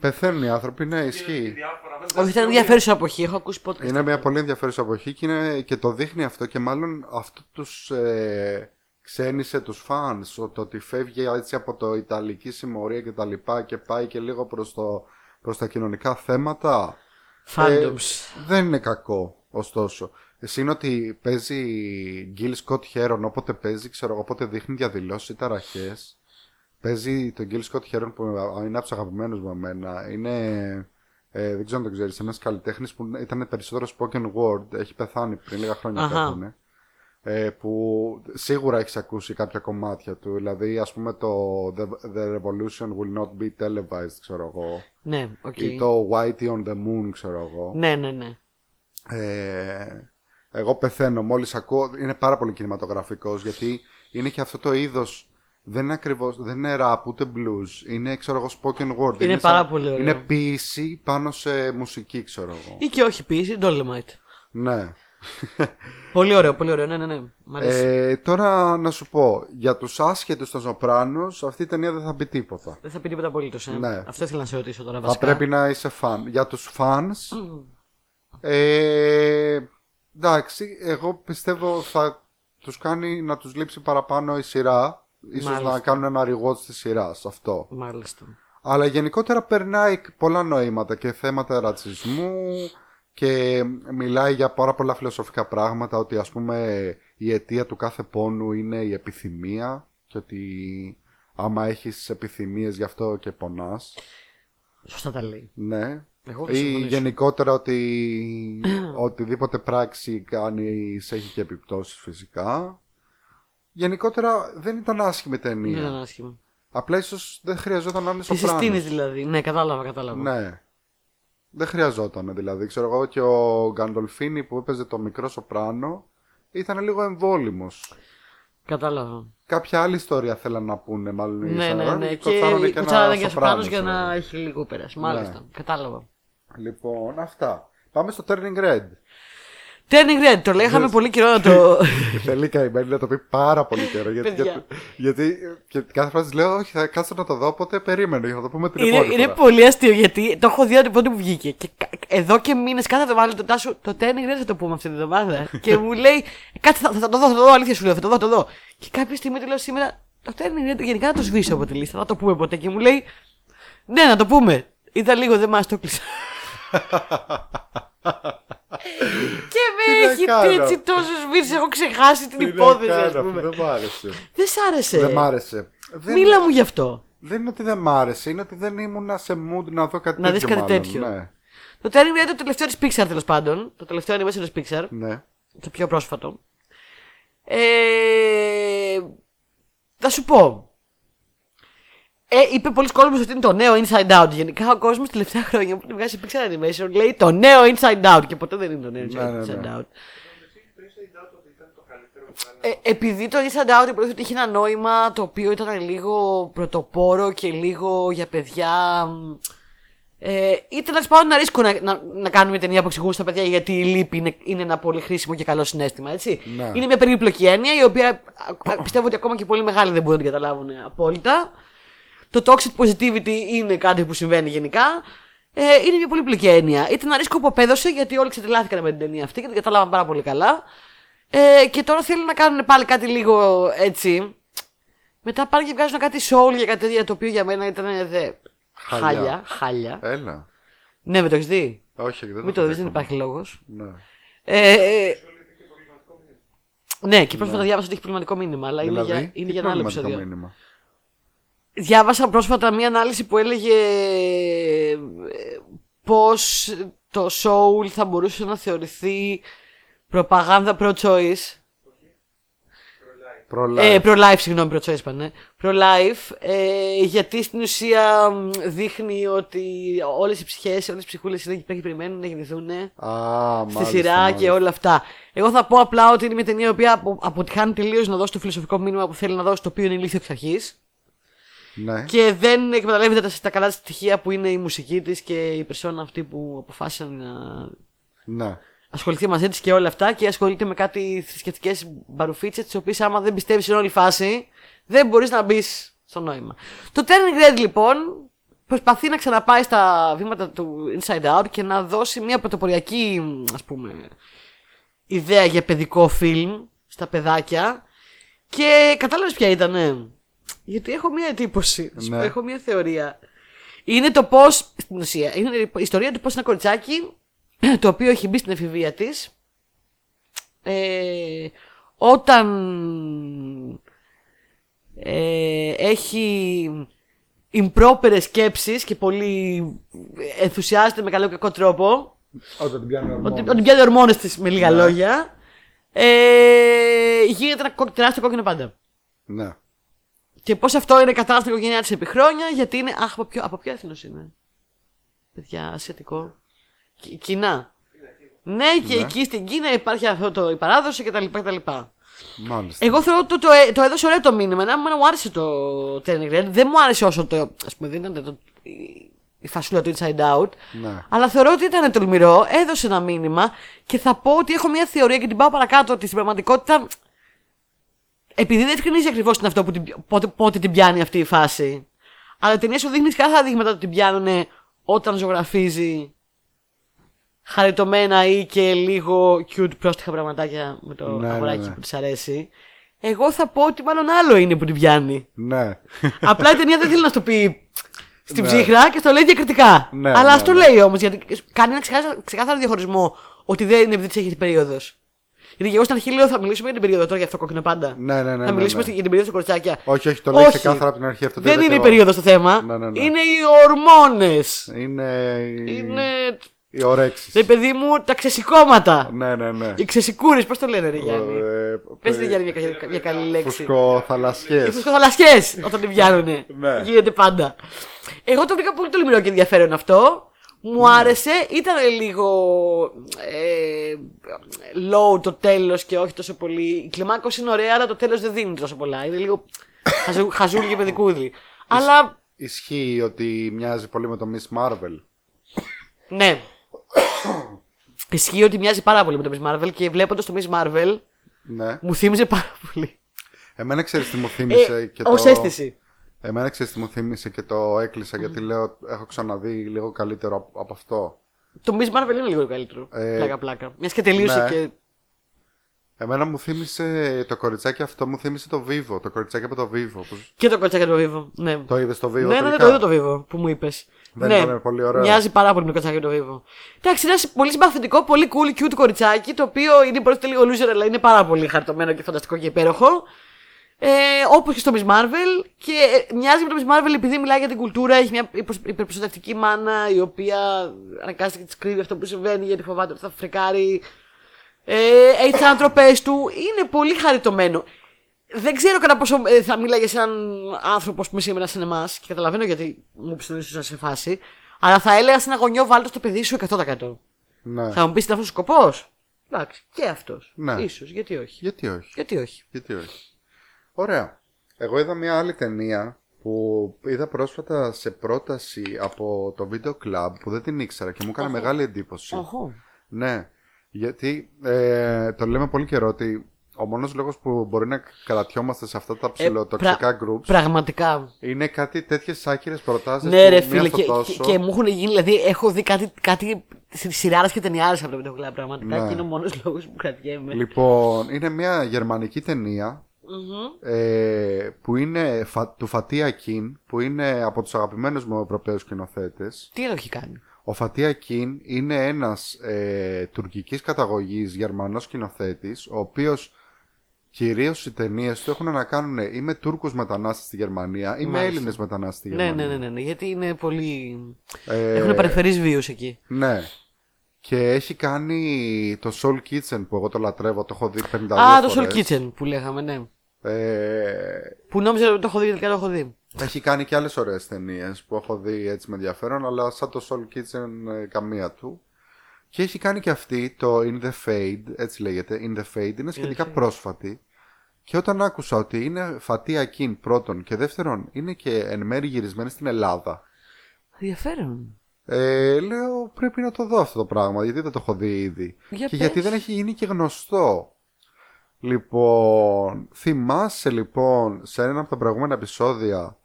S2: πεθαίνουν οι άνθρωποι ναι ισχύει
S3: Διάφορα βέβαια.
S1: Όχι, ήταν ενδιαφέρουσα αποχή. Έχω ακούσει podcast.
S2: είναι μια πολύ ενδιαφέρουσα εποχή και, είναι, και το δείχνει αυτό και μάλλον αυτό τους ε, ξένησε τους φανς το ότι φεύγει έτσι από το Ιταλική συμμορία και τα λοιπά και πάει και λίγο προς, το, προς τα κοινωνικά θέματα
S1: Fandoms.
S2: Ε, δεν είναι κακό ωστόσο εσύ είναι ότι παίζει Γκίλ Σκοτ Χέρον όποτε παίζει ξέρω εγώ όποτε δείχνει διαδηλώσεις ή ταραχές παίζει τον Γκίλ Σκοτ Χέρον που είναι από τους αγαπημένους μου εμένα. Είναι. Ε, δεν ξέρω αν τον ξέρεις. Ένας καλλιτέχνης που ήταν περισσότερο spoken word. Έχει πεθάνει πριν λίγα χρόνια
S1: Αχα.
S2: πέθανε. Ε, που σίγουρα έχεις ακούσει κάποια κομμάτια του. Δηλαδή, ας πούμε το the, the Revolution Will Not Be Televised, ξέρω εγώ.
S1: Ναι, οκ.
S2: Ή το Whitey on the Moon, ξέρω εγώ.
S1: Ναι, ναι, ναι.
S2: Ε, εγώ πεθαίνω μόλις ακούω. Είναι πάρα πολύ κινηματογραφικός γιατί είναι και αυτό το είδος Δεν είναι ακριβώς, δεν είναι rap ούτε blues. Είναι, ξέρω εγώ, spoken word.
S1: Είναι πάρα πολύ ωραίο.
S2: Είναι ποιήση πάνω σε μουσική, ξέρω εγώ.
S1: Ή και όχι ποιήση, Dolomite.
S2: Ναι.
S1: Πολύ ωραίο, πολύ ωραίο. Ναι, ναι, ναι. Μ' αρέσει.
S2: Ε, τώρα να σου πω, για τους άσχετους των Σοπράνους, αυτή η ταινία δεν θα πει τίποτα.
S1: Δεν θα πει τίποτα απολύτως. Ε.
S2: Ναι.
S1: Αυτό ήθελα να σε ρωτήσω τώρα
S2: Θα
S1: βασικά.
S2: πρέπει να είσαι φαν. Για τους φανς, ε, εντάξει, εγώ πιστεύω θα τους κάνει να τους λείψει παραπάνω η σειρά. Ίσως
S1: Μάλιστα.
S2: να κάνουν ένα rewatch της σειράς, αυτό.
S1: Μάλιστα.
S2: Αλλά γενικότερα περνάει πολλά νοήματα και θέματα ρατσισμού και μιλάει για πάρα πολλά φιλοσοφικά πράγματα ότι ας πούμε η αιτία του κάθε πόνου είναι η επιθυμία και ότι άμα έχεις επιθυμίες γι' αυτό και πονάς.
S1: Σωστά τα λέει.
S2: Ναι.
S1: Εγώ θα
S2: Ή
S1: συμφωνήσω.
S2: γενικότερα ότι οτιδήποτε πράξη κάνεις έχει και επιπτώσεις φυσικά. Γενικότερα δεν ήταν άσχημη
S1: Δεν
S2: ταινία.
S1: ήταν άσχημα.
S2: Απλά ίσως δεν χρειαζόταν να είναι
S1: Τι
S2: σοφράνος.
S1: συστήνεις δηλαδή. Ναι, κατάλαβα, κατάλαβα.
S2: Ναι. Δεν χρειαζόταν δηλαδή. Ξέρω εγώ και ο Γκαντολφίνη που έπαιζε το μικρό σοπράνο ήταν λίγο εμβόλυμος.
S1: Κατάλαβα.
S2: Κάποια άλλη ιστορία θέλαν να πούνε, μάλλον. οι
S1: Ναι, ναι,
S2: Σαραβάνοι,
S1: ναι. Και
S2: κοτσάρωνε ένα
S1: κουτσάρανε και σοπράνο
S2: σοπράνο,
S1: για
S2: ξέρω εγώ.
S1: να έχει λίγο πέρας. Μάλιστα. Κατάλαβα.
S2: Λοιπόν, αυτά. Πάμε στο Turning Red.
S1: Turning red, το λέγαμε πολύ καιρό να το.
S2: Θέλει η καημένη να το πει πάρα πολύ καιρό. γιατί,
S1: Παιδιά.
S2: γιατί, γιατί και κάθε φορά της λέω: Όχι, θα κάτσω να το δω. Οπότε περίμενε, θα το πούμε την
S1: είναι,
S2: επόμενη.
S1: είναι
S2: φορά.
S1: πολύ αστείο γιατί το έχω δει από την πρώτη που βγήκε. Και κα- εδώ και μήνες κάθε εβδομάδα του τάσου το Turning Red θα το πούμε αυτή την εβδομάδα. και μου λέει, κάτσε, θα, θα το δω, θα το δω, αλήθεια σου λέω, θα το δω, θα το δω. Και κάποια στιγμή του λέω σήμερα, το Turning Red γενικά να το σβήσω από τη λίστα, θα το πούμε ποτέ. Και μου λέει, ναι, να το πούμε. Ήταν λίγο, δεν μας το κλείσα. και
S2: Τι
S1: με
S2: να
S1: έχει
S2: κάνω.
S1: τέτοι τόσους μήνες, έχω ξεχάσει την
S2: Τι να
S1: υπόθεση,
S2: κάνω,
S1: ας
S2: αφού
S1: πούμε.
S2: Δεν μ' άρεσε.
S1: Δεν σ' άρεσε.
S2: Δεν μ' άρεσε. Δεν,
S1: Μίλα μου γι' αυτό.
S2: δεν είναι ότι δεν μ' άρεσε, είναι ότι δεν ήμουν σε mood να δω κάτι
S1: Να δεις
S2: τέτοιο.
S1: κάτι
S2: μάλλον,
S1: τέτοιο.
S2: Ναι.
S1: Το Turning Red είναι το τελευταίο της Pixar τέλος πάντων. Το τελευταίο είναι της Pixar.
S2: ναι.
S1: Το πιο πρόσφατο. Ε, θα σου πω. Ε, είπε πολλοί κόσμος ότι είναι το νέο Inside Out. Γενικά ο κόσμος τελευταία χρόνια που την βγάζει σε Pixar Animation λέει το νέο Inside Out και ποτέ δεν είναι το νέο
S2: Ναι, ναι,
S1: Inside
S2: ναι.
S1: Out.
S3: Ήταν το καλύτερο που έκανε.
S1: Ε, επειδή το Inside Out υποτίθεται ότι είχε ένα νόημα το οποίο ήταν λίγο πρωτοπόρο και λίγο για παιδιά. μ, Ε, ήταν να πάρουν ένα ρίσκο να, να, να κάνουμε ταινία που εξηγούν στα παιδιά γιατί η λύπη είναι, είναι ένα πολύ χρήσιμο και καλό συνέστημα, έτσι.
S2: Ναι.
S1: Είναι μια περίπλοκη έννοια η οποία α, α, πιστεύω ότι ακόμα και πολύ μεγάλοι δεν μπορούν να την καταλάβουν απόλυτα. Το toxic positivity είναι κάτι που συμβαίνει γενικά. Ε, είναι μια πολύπλοκη έννοια. Ήταν ένα ρίσκο που απέδωσε γιατί όλοι ξετρελάθηκαν με την ταινία αυτή και την καταλάβαν πάρα πολύ καλά. Ε, και τώρα θέλουν να κάνουν πάλι κάτι λίγο έτσι. Μετά πάνε και βγάζουν κάτι soul για κάτι τέτοια το οποίο για μένα ήταν ε, δε.
S2: Χαλιά.
S1: Χάλια. χάλια.
S2: Έλα.
S1: Ναι, με το έχεις δει.
S2: Όχι, δεν
S1: Μην το δει, δεν υπάρχει λόγος.
S2: Ναι.
S1: Ε, ε, ναι, και πρόσφατα διάβασα ότι έχει προβληματικό μήνυμα, αλλά
S2: Δηλαδή,
S1: είναι για, είναι
S2: τι
S1: για ένα άλλο
S2: προβληματικό
S1: επεισόδιο.
S2: μήνυμα.
S1: Διάβασα πρόσφατα μία ανάλυση που έλεγε ε, πως το soul θα μπορούσε να θεωρηθεί προπαγάνδα pro-choice.
S2: Προλάβει.
S1: Ε, pro-life, συγγνώμη, pro-choice πάνε. Pro-life, ε, γιατί στην ουσία μ, δείχνει ότι όλες οι ψυχές, όλες οι ψυχούλες είναι εκεί πέρα και περιμένουν να γεννηθούν
S2: Α, μάλιστα,
S1: στη σειρά και
S2: μάλιστα.
S1: όλα αυτά. Εγώ θα πω απλά ότι είναι μια ταινία η οποία απο- αποτυχάνει τελείως να δώσει το φιλοσοφικό μήνυμα που θέλει να δώσει, το οποίο είναι ηλίθιο εξ αρχής.
S2: Ναι.
S1: Και δεν εκμεταλλεύεται τα, τα καλά της στοιχεία που είναι η μουσική της και η περσόνα αυτή που αποφάσισε να
S2: ναι.
S1: ασχοληθεί μαζί της και όλα αυτά και ασχολείται με κάτι θρησκευτικές μπαρουφίτσες, τις οποίες άμα δεν πιστεύεις στην όλη φάση, δεν μπορείς να μπεις στο νόημα. Το Turning Red λοιπόν προσπαθεί να ξαναπάει στα βήματα του Inside Out και να δώσει μια πρωτοποριακή ας πούμε ιδέα για παιδικό φιλμ στα παιδάκια και κατάλαβες ποια ήτανε γιατί έχω μια εντύπωση, να σου πω,
S2: Ναι.
S1: έχω μια θεωρία είναι το πώς. Στην ουσία, είναι η ιστορία του πώς ένα κοριτσάκι το οποίο έχει μπει στην εφηβεία της. Ε, όταν ε, έχει improper σκέψεις και πολύ ενθουσιάζεται με καλό και κακό τρόπο
S2: Όταν την πιάνει
S1: ότι, ότι πιάνει ορμόνες της με λίγα λόγια ε, γίνεται ένα κόκκι- τεράστιο κόκκινο πάντα
S2: Ναι.
S1: και πώς αυτό είναι κατά στην οικογένειά τη επί χρόνια, γιατί είναι. Αχ, από ποιο, από ποιο έθνος είναι. Παιδιά, ασιατικό. Κι- Κινά. Ναι, και εκεί στην Κίνα υπάρχει αυτό το, η παράδοση κτλ. κτλ.
S2: Μάλιστα.
S1: Εγώ θεωρώ ότι το, το, ε- το έδωσε ωραίο το μήνυμα. Εμένα μου άρεσε το Turning Red. Δεν μου άρεσε όσο το. Ας πούμε, δεν ήταν το, η- η φασούλα του Inside Out.
S2: Ναι.
S1: Αλλά θεωρώ ότι ήταν τολμηρό, έδωσε ένα μήνυμα και θα πω ότι έχω μια θεωρία και την πάω παρακάτω ότι στην πραγματικότητα. Επειδή δεν ευκρινίζει ακριβώς την αυτό που την, πι- πότε, πότε την πιάνει αυτή η φάση. Αλλά η ταινία σου δείχνεις κάθε δείγματα ότι την πιάνουνε όταν ζωγραφίζει χαριτωμένα ή και λίγο cute πρόστιχα πραγματάκια με το
S2: Ναι, ναι,
S1: αγοράκι
S2: ναι.
S1: που της αρέσει. Εγώ θα πω ότι μάλλον άλλο είναι που την πιάνει.
S2: Ναι.
S1: Απλά η ταινία δεν θέλει να στο πει στην
S2: Ναι.
S1: ψύχρα και στο λέει διακριτικά.
S2: Ναι,
S1: Αλλά α
S2: ναι,
S1: το
S2: ναι.
S1: λέει όμως, γιατί κάνει ένα ξεκάθαρο, ξεκάθαρο διαχωρισμό ότι δεν είναι επειδή της έχει περίοδος. Γιατί και εγώ στην αρχή λέω θα μιλήσουμε για την περίοδο τώρα για αυτό κόκκινο πάντα.
S2: Ναι, ναι, ναι,
S1: θα
S2: ναι,
S1: μιλήσουμε
S2: ναι.
S1: για την περίοδο του κοριτσάκια.
S2: Όχι, όχι, το λέει ξεκάθαρα από την αρχή αυτό. το
S1: Δεν
S2: είδα
S1: είναι
S2: και
S1: η
S2: εγώ.
S1: περίοδος το θέμα.
S2: Ναι, ναι, ναι.
S1: Είναι οι ορμόνες.
S2: Είναι. οι-
S1: Είναι.
S2: Οι ωρέξει.
S1: Ρε παιδί μου, τα ξεσηκώματα.
S2: Ναι, ναι, ναι.
S1: Οι ξεσηκούρες, πώς Ε, το λένε, ρε Γιάννη.
S2: Ε,
S1: Πες τη Γιάννη μια καλή- μια καλή λέξη. Οι
S2: Φουσκοθαλασσιές.
S1: φουσκοθαλασσιέ όταν την πιάνουνε.
S2: Ναι.
S1: Γίνεται πάντα. Εγώ το βρήκα πολύ τολμηρό και ενδιαφέρον αυτό. Μου
S2: Ναι.
S1: άρεσε, ήταν λίγο ε, low το τέλος και όχι τόσο πολύ. Η κλιμάκωση είναι ωραία, αλλά το τέλος δεν δίνει τόσο πολλά. Είναι λίγο χαζου, χαζούλι και παιδικούδι. αλλά
S2: Ισχύει ότι μοιάζει πολύ με το Miss Marvel.
S1: ναι. Ισχύει ότι μοιάζει πάρα πολύ με το Miss Marvel και βλέποντας το Miss Marvel
S2: Ναι.
S1: μου θύμιζε πάρα πολύ.
S2: Εμένα ξέρεις τι μου θύμισε
S1: Ε,
S2: και το.
S1: Ω αίσθηση.
S2: Εμένα ξέρεις τι μου θύμισε και το έκλεισα γιατί λέω έχω ξαναδεί λίγο καλύτερο απ- από αυτό.
S1: Το Miss Marvel είναι λίγο καλύτερο.
S2: Ε,
S1: Πλάκα-πλάκα. Μιας και τελείωσε
S2: ναι.
S1: και
S2: Εμένα μου θύμισε το κοριτσάκι αυτό, μου θύμισε το Vivo. Το κοριτσάκι από το Vivo. που-
S1: Και το κοτσάκι το βίβο. Ναι.
S2: Το είδες στο Vivo.
S1: ναι, ναι, ναι,
S2: τελικά?
S1: το είδα το βίβο που μου είπες.
S2: Δεν
S1: ναι.
S2: ήταν πολύ ωραίο?
S1: Μοιάζει πάρα πολύ με το κοτσάκι το βίβο. Εντάξει, είναι ένα πολύ συμπαθητικό, πολύ cool, cute κοριτσάκι, το οποίο είναι πρώτα λίγο loser, αλλά είναι πάρα πολύ χαρτωμένο και φανταστικό και υπέροχο. Ε, Όπως και στο Miss Marvel. Και ε, μοιάζει με το Miss Marvel επειδή μιλάει για την κουλτούρα. Έχει μια υποσ- υπερπροστατευτική μάνα η οποία αναγκάζεται και της κρύβει αυτό που συμβαίνει γιατί φοβάται ότι θα φρικάρει. Ε, έχει τις ανατροπέ του. Είναι πολύ χαριτωμένο. Δεν ξέρω κατά πόσο ε, θα μίλαγε σε έναν άνθρωπο που σήμερα σε εμάς και καταλαβαίνω γιατί μου ψηλούσε σε φάση. Αλλά θα έλεγα σε ένα γονιό βάλτε στο παιδί σου 100%.
S2: Ναι.
S1: Θα μου πεις είναι αυτός ο σκοπός. Εντάξει, και αυτός.
S2: Ναι.
S1: Ίσως, γιατί όχι.
S2: Γιατί όχι.
S1: Γιατί όχι.
S2: Γιατί όχι. Ωραία. Εγώ είδα μια άλλη ταινία που είδα πρόσφατα σε πρόταση από το Video Club που δεν την ήξερα και μου έκανε μεγάλη εντύπωση.
S1: Οχο.
S2: Ναι, γιατί ε, το λέμε πολύ καιρό ότι ο μόνος λόγος που μπορεί να κρατιόμαστε σε
S1: Ε,
S2: αυτά τα ψηλοτοξικά groups
S1: Πραγματικά.
S2: είναι κάτι τέτοιες άκυρες προτάσεις
S1: Ναι, ρε
S2: που μία
S1: φίλε,
S2: στο
S1: και, και,
S2: τόσο...
S1: και μου έχουν γίνει, δηλαδή έχω δει κάτι, κάτι σειράρε και ταινιάρες από το Βίντεο πραγματικά
S2: Ναι.
S1: και είναι ο μόνος λόγος που κρατιέμαι.
S2: Λοιπόν, είναι μια γερμανική ταινία, ε, που είναι φα- του Φατία Κιν που είναι από τους αγαπημένους μου Ευρωπαίους σκηνοθέτες.
S1: Τι άλλο έχει κάνει.
S2: Ο Φατία Κιν είναι ένας ε, τουρκικής καταγωγής Γερμανός σκηνοθέτης, ο οποίος κυρίως οι ταινίες του έχουν να κάνουν ή με Τούρκους μετανάστες στη Γερμανία ή με
S1: Μάλιστα.
S2: Έλληνες μετανάστες στη
S1: Ναι,
S2: Γερμανία.
S1: ναι, ναι, ναι, ναι, γιατί είναι πολύ.
S2: Ε,
S1: Έχουν περιφερεί βίους εκεί.
S2: ναι. Και έχει κάνει το Soul Kitchen που εγώ το λατρεύω, το έχω δει 52
S1: Α, το Soul
S2: φορές.
S1: Kitchen που λέγαμε, ναι.
S2: Ε,
S1: Που νόμιζα ότι το έχω δει, τελικά το έχω δει.
S2: έχει κάνει και άλλες ωραίες ταινίες που έχω δει έτσι με ενδιαφέρον, αλλά σαν το Soul Kitchen ε, καμία του. Και έχει κάνει και αυτή το In the Fade, έτσι λέγεται, In the Fade, είναι σχετικά πρόσφατη. Και όταν άκουσα ότι είναι Φατία Κιν πρώτον και δεύτερον είναι και εν μέρη γυρισμένη στην Ελλάδα.
S1: Ενδιαφέρον.
S2: Ε, λέω πρέπει να το δω αυτό το πράγμα γιατί δεν το έχω δει ήδη
S1: Για
S2: Και
S1: πες.
S2: γιατί δεν έχει γίνει και γνωστό Λοιπόν, θυμάσαι λοιπόν σε ένα από τα προηγούμενα επεισόδια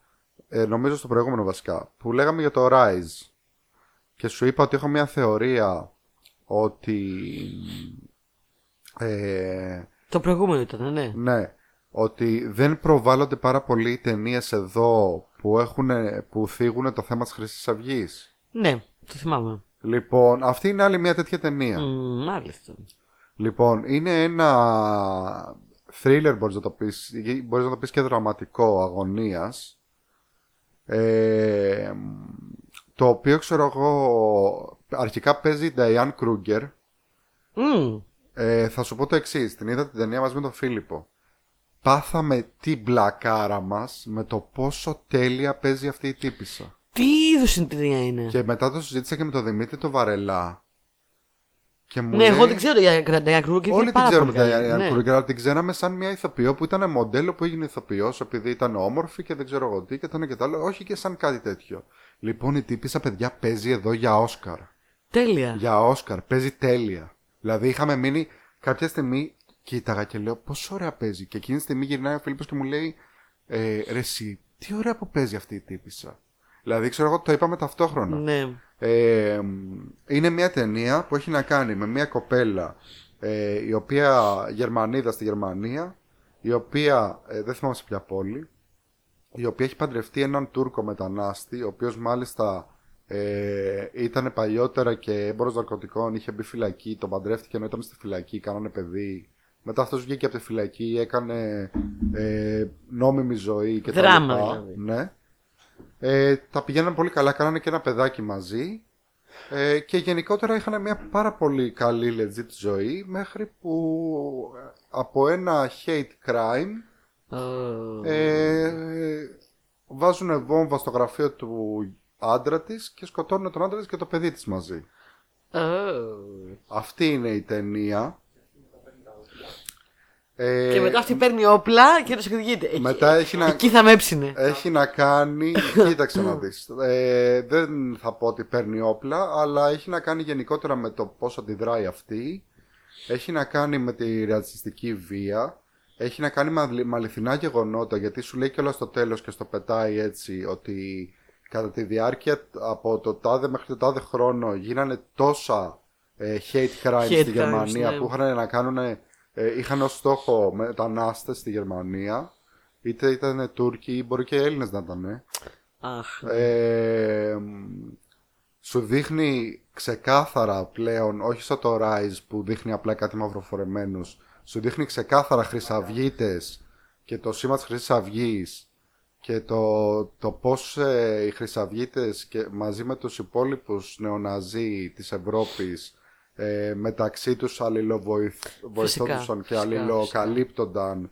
S2: ε, Νομίζω στο προηγούμενο βασικά Που λέγαμε για το Rise Και σου είπα ότι έχω μια θεωρία Ότι ε,
S1: Το προηγούμενο ήταν, ναι.
S2: ναι. Ότι δεν προβάλλονται πάρα πολύ οι ταινίες εδώ που, έχουν, που θίγουν το θέμα της Χρυσή Αυγής.
S1: Ναι, το θυμάμαι.
S2: Λοιπόν, αυτή είναι άλλη μια τέτοια ταινία.
S1: Μ, Μάλιστα.
S2: Λοιπόν, είναι ένα thriller μπορείς να το πεις, μπορείς να το πεις και δραματικό αγωνίας ε, το οποίο ξέρω εγώ αρχικά παίζει η Diane Kruger
S1: Μ,
S2: Ε, θα σου πω το εξής. Την είδα την ταινία μαζί με τον Φίλιππο. Πάθαμε την μπλακάρα μας με το πόσο τέλεια παίζει αυτή η τύπησα.
S1: Τι είδους συντηρία είναι.
S2: Και μετά το συζήτησα και με τον Δημήτρη το Βαρελά. Και μου
S1: Ναι,
S2: λέει,
S1: εγώ δεν ξέρω για Κραντέα Κρούγκερ.
S2: Όλοι
S1: είναι
S2: την
S1: πάρα
S2: ξέρουμε την
S1: πολύ καλή.
S2: Diane
S1: Ναι.
S2: Kruger, αλλά την ξέραμε σαν μια ηθοποιό που ήταν μοντέλο που έγινε ηθοποιός επειδή ήταν όμορφη και δεν ξέρω εγώ τι και το ένα και το άλλο. Όχι και σαν κάτι τέτοιο. Λοιπόν, η τύπησα παιδιά παίζει εδώ για Όσκαρ.
S1: Τέλεια.
S2: για Όσκαρ. Παίζει τέλεια. Δηλαδή είχαμε μείνει κάποια στιγμή, κοίταγα και λέω πόσο ωραία παίζει. Και εκείνη τη στιγμή γυρνάει ο Φίλιππος και μου λέει ε, ρε εσύ, τι ωραία που παίζει αυτή η τύπησα. Δηλαδή ξέρω εγώ το είπαμε ταυτόχρονα.
S1: Ναι.
S2: Ε, είναι μια ταινία που έχει να κάνει με μια κοπέλα ε, η οποία Γερμανίδα στη Γερμανία, η οποία ε, δεν θυμάμαι σε ποια πόλη, η οποία έχει παντρευτεί έναν Τούρκο μετανάστη, ο οποίος μάλιστα ε, ήταν παλιότερα και έμπορος ναρκωτικών, είχε μπει φυλακή, τον παντρεύτηκε ενώ ήταν στη φυλακή, κάνανε παιδί. Μετά αυτός βγήκε από τη φυλακή, έκανε ε, νόμιμη ζωή και τα
S1: Δράμα,
S2: λοιπά.
S1: δηλαδή.
S2: Ναι. Ε, τα πηγαίναν πολύ καλά, κάνανε και ένα παιδάκι μαζί. Ε, και γενικότερα είχαν μια πάρα πολύ καλή legit ζωή μέχρι που ε, από ένα hate crime
S1: Ε,
S2: ε, βάζουν βόμβα στο γραφείο του άντρα της και σκοτώνουν τον άντρα της και το παιδί της μαζί.
S1: ε.
S2: Αυτή είναι η ταινία. Ε,
S1: Και μετά αυτή παίρνει όπλα και τους εκδικείται. Εκεί-
S2: μετά έχει να-
S1: Εκεί θα με έψινε.
S2: Έχει να κάνει. Κοίταξε να δεις. Ε, δεν θα πω ότι παίρνει όπλα, αλλά έχει να κάνει γενικότερα με το πώς αντιδράει αυτή. Έχει να κάνει με τη ρατσιστική βία. Έχει να κάνει με αλη- με αληθινά γεγονότα, γιατί σου λέει κιόλας στο τέλος και στο πετάει έτσι ότι κατά τη διάρκεια από το τάδε μέχρι το τάδε χρόνο γίνανε τόσα ε, hate crimes
S1: Hate
S2: στη
S1: crimes,
S2: Γερμανία
S1: ναι.
S2: που είχαν να κάνουν, ε, είχαν ως στόχο μετανάστες στη Γερμανία. Είτε ήταν Τούρκοι ή μπορεί και Έλληνες να ήταν. ε.
S1: Αχ.
S2: Ε, μ, σου δείχνει ξεκάθαρα πλέον, όχι σαν το Rise που δείχνει απλά κάτι μαυροφορεμένους, σου δείχνει ξεκάθαρα χρυσαυγίτες και το σήμα της Χρυσής Αυγής και το, το πώς ε, οι χρυσαυγίτες και, μαζί με τους υπόλοιπους νεοναζί της Ευρώπης ε, μεταξύ τους αλληλοβοηθόντουσαν και
S1: φυσικά,
S2: αλληλοκαλύπτονταν.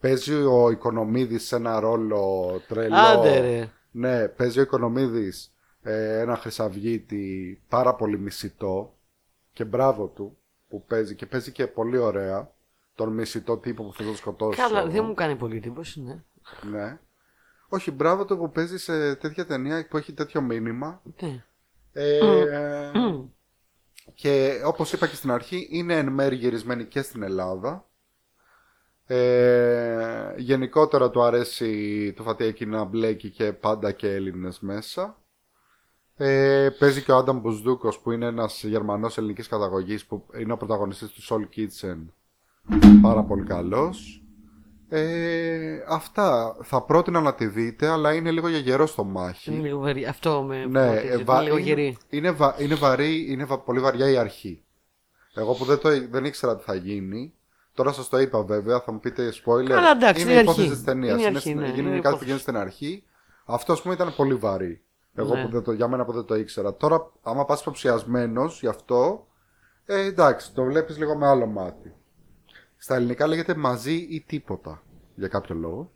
S2: Παίζει ο Οικονομίδης σε ένα ρόλο τρελό.
S1: Άντε ρε.
S2: Ναι, παίζει ο Οικονομίδης ε, ένα χρυσαυγίτη πάρα πολύ μισητό και μπράβο του που παίζει και παίζει και πολύ ωραία τον μισητό τύπο που θέλει να τον σκοτώσει.
S1: Καλά, δεν μου κάνει πολύ εντύπωση, ναι.
S2: Ναι. Όχι, μπράβο του που παίζει σε τέτοια ταινία που έχει τέτοιο μήνυμα.
S1: Ναι.
S2: Ε, ε, Και όπως είπα και στην αρχή, είναι εν μέρει γυρισμένη και στην Ελλάδα. Ε, γενικότερα του αρέσει το Φατιακή να μπλέκει και πάντα και Έλληνες μέσα. Ε, παίζει και ο Άνταμ Μπουσδούκος που είναι ένας Γερμανός ελληνικής καταγωγής που είναι ο πρωταγωνιστής του Soul Kitchen. Πάρα πολύ καλός. Ε, αυτά θα πρότεινα να τη δείτε, αλλά είναι λίγο για γερό στο μάχη.
S1: Είναι λίγο βαρύ. Αυτό με.
S2: Ναι,
S1: με-
S2: ε,
S1: είναι
S2: βα-
S1: λίγο
S2: είναι-
S1: γερή.
S2: Είναι, βα, είναι βαρύ, είναι βα- πολύ βαριά η αρχή. Εγώ που δεν, το, δεν ήξερα τι θα γίνει. Τώρα σας το είπα βέβαια, θα μου πείτε spoiler.
S1: Καλά, εντάξει,
S2: είναι
S1: είναι η
S2: υπόθεση
S1: αρχή.
S2: της ταινίας.
S1: Είναι η αρχή, ναι, είναι η
S2: κάτι που
S1: υπόθεση.
S2: γίνεται στην αρχή. Αυτό μου ήταν πολύ βαρύ. Εγώ
S1: Ναι.
S2: που δεν το, για μένα που δεν το ήξερα. Τώρα, άμα πας υποψιασμένος γι' αυτό, ε, εντάξει, το βλέπεις λίγο με άλλο μάτι. Στα ελληνικά λέγεται μαζί ή τίποτα. για κάποιο λόγο.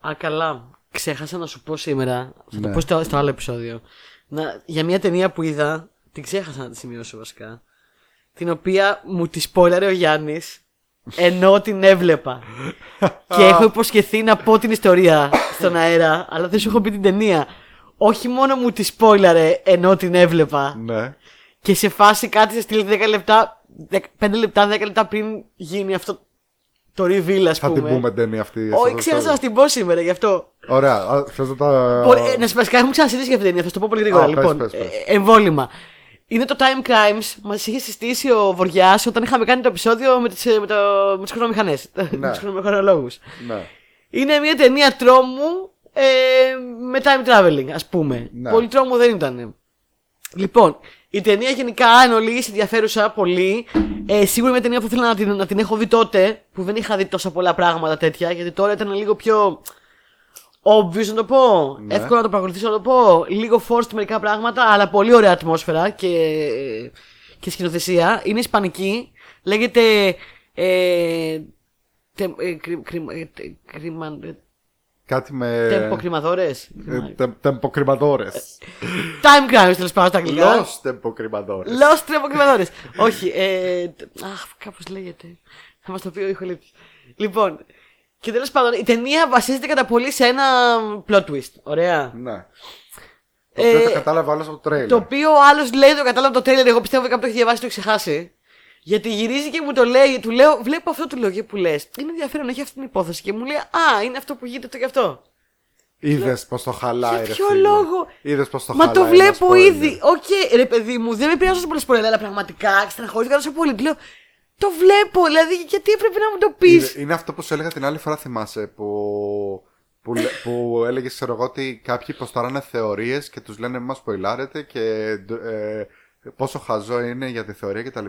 S1: Α, καλά. Ξέχασα να σου πω σήμερα. Θα το
S2: Ναι.
S1: πω στο, στο άλλο επεισόδιο. Να, για μια ταινία που είδα, την ξέχασα να τη σημειώσω βασικά. Την οποία μου τη σπόλαρε ο Γιάννης, ενώ την έβλεπα. και έχω υποσχεθεί να πω την ιστορία στον αέρα, αλλά δεν σου έχω πει την ταινία. Όχι μόνο μου τη σπόλαρε ενώ την έβλεπα.
S2: Ναι.
S1: Και σε φάση κάτι σε στείλει 10 λεπτά, 5 λεπτά, 10 λεπτά πριν γίνει αυτό το reveal, ας πούμε.
S2: Θα την πούμε την ταινία αυτή. αυτό
S1: Όχι,
S2: το
S1: ξέχασα να
S2: επεισόδιο.
S1: την πω σήμερα, γι' αυτό.
S2: Ωραία, α, θες να τα...
S1: Πολύ- ε, να σας βασικά, έχουμε ξανασυζητήσει για αυτή την ταινία, θα σου το πω πολύ γρήγορα.
S2: Α, πες,
S1: λοιπόν,
S2: πες, πες.
S1: Ε, εμβόλυμα. Είναι το Time Crimes, μας είχε συστήσει ο Βοριάς όταν είχαμε κάνει το επεισόδιο με τις με το, με τις χρονομηχανές, με τους χρονομηχανολόγους.
S2: Ναι.
S1: Είναι μια ταινία τρόμου ε, με time traveling, ας πούμε.
S2: Ναι.
S1: Πολύ τρόμου δεν ήταν. Λοιπόν, η ταινία γενικά, αν όλοι είσαι ενδιαφέρουσα πολύ, ε, σίγουρα μια ταινία που ήθελα να την, να την έχω δει τότε, που δεν είχα δει τόσα πολλά πράγματα τέτοια, γιατί τώρα ήταν λίγο πιο obvious να το πω.
S2: Ναι.
S1: Εύκολο να το παρακολουθήσω να το πω. Λίγο forced μερικά πράγματα, αλλά πολύ ωραία ατμόσφαιρα και, και σκηνοθεσία. Είναι ισπανική. Λέγεται. Ε, τε, ε, κρι, κρι, ε, τε, κριμαν- ε,
S2: Κάτι με...
S1: tempo κρυμαδόρες.
S2: ε, Τεμποκρυματόρε.
S1: Time crimes τέλος πάντων στα αγγλικά.
S2: Λος τεμποκρυματόρε.
S1: Lost tempo κρυμαδόρες. Όχι. ε, τ- αχ, κάπως λέγεται. Θα μας το πει ο ηχολήπτη. Λοιπόν. Και τέλος πάντων, η ταινία βασίζεται κατά πολύ σε ένα plot twist. Ωραία.
S2: Ναι. Το οποίο
S1: Ε,
S2: το κατάλαβα άλλο από το τρέιλερ.
S1: Το οποίο ο άλλος λέει το κατάλαβα το τρέλερ. Εγώ πιστεύω ότι κάποιος το έχει διαβάσει και το έχει ξεχάσει. Γιατί γυρίζει και μου το λέει, του λέω, βλέπω αυτό του λέω και που λες. Είναι ενδιαφέρον, έχει αυτή την υπόθεση. Και μου λέει, Α, είναι αυτό που γίνεται αυτό και αυτό.
S2: Είδες πως το χαλάει.
S1: Για
S2: ρε
S1: ποιο
S2: φίλε.
S1: λόγο.
S2: Είδες πως το
S1: Μα
S2: χαλάει.
S1: το
S2: ένα
S1: βλέπω
S2: spoiler.
S1: ήδη. Οκ, ρε παιδί μου, δεν με πειράζει τόσο πολύ σπορέλα, αλλά πραγματικά στεναχωρήθηκα τόσο πολύ. Του λέω, Το βλέπω, δηλαδή γιατί έπρεπε να μου το πεις.
S2: Είναι, είναι αυτό που σου έλεγα την άλλη φορά, θυμάσαι. Που, που, λέ- που έλεγες, ξέρω εγώ, ότι κάποιοι υποστάρανε θεωρίες και τους λένε Μα ποηλάρετε και ε, πόσο χαζό είναι για τη θεωρία κτλ.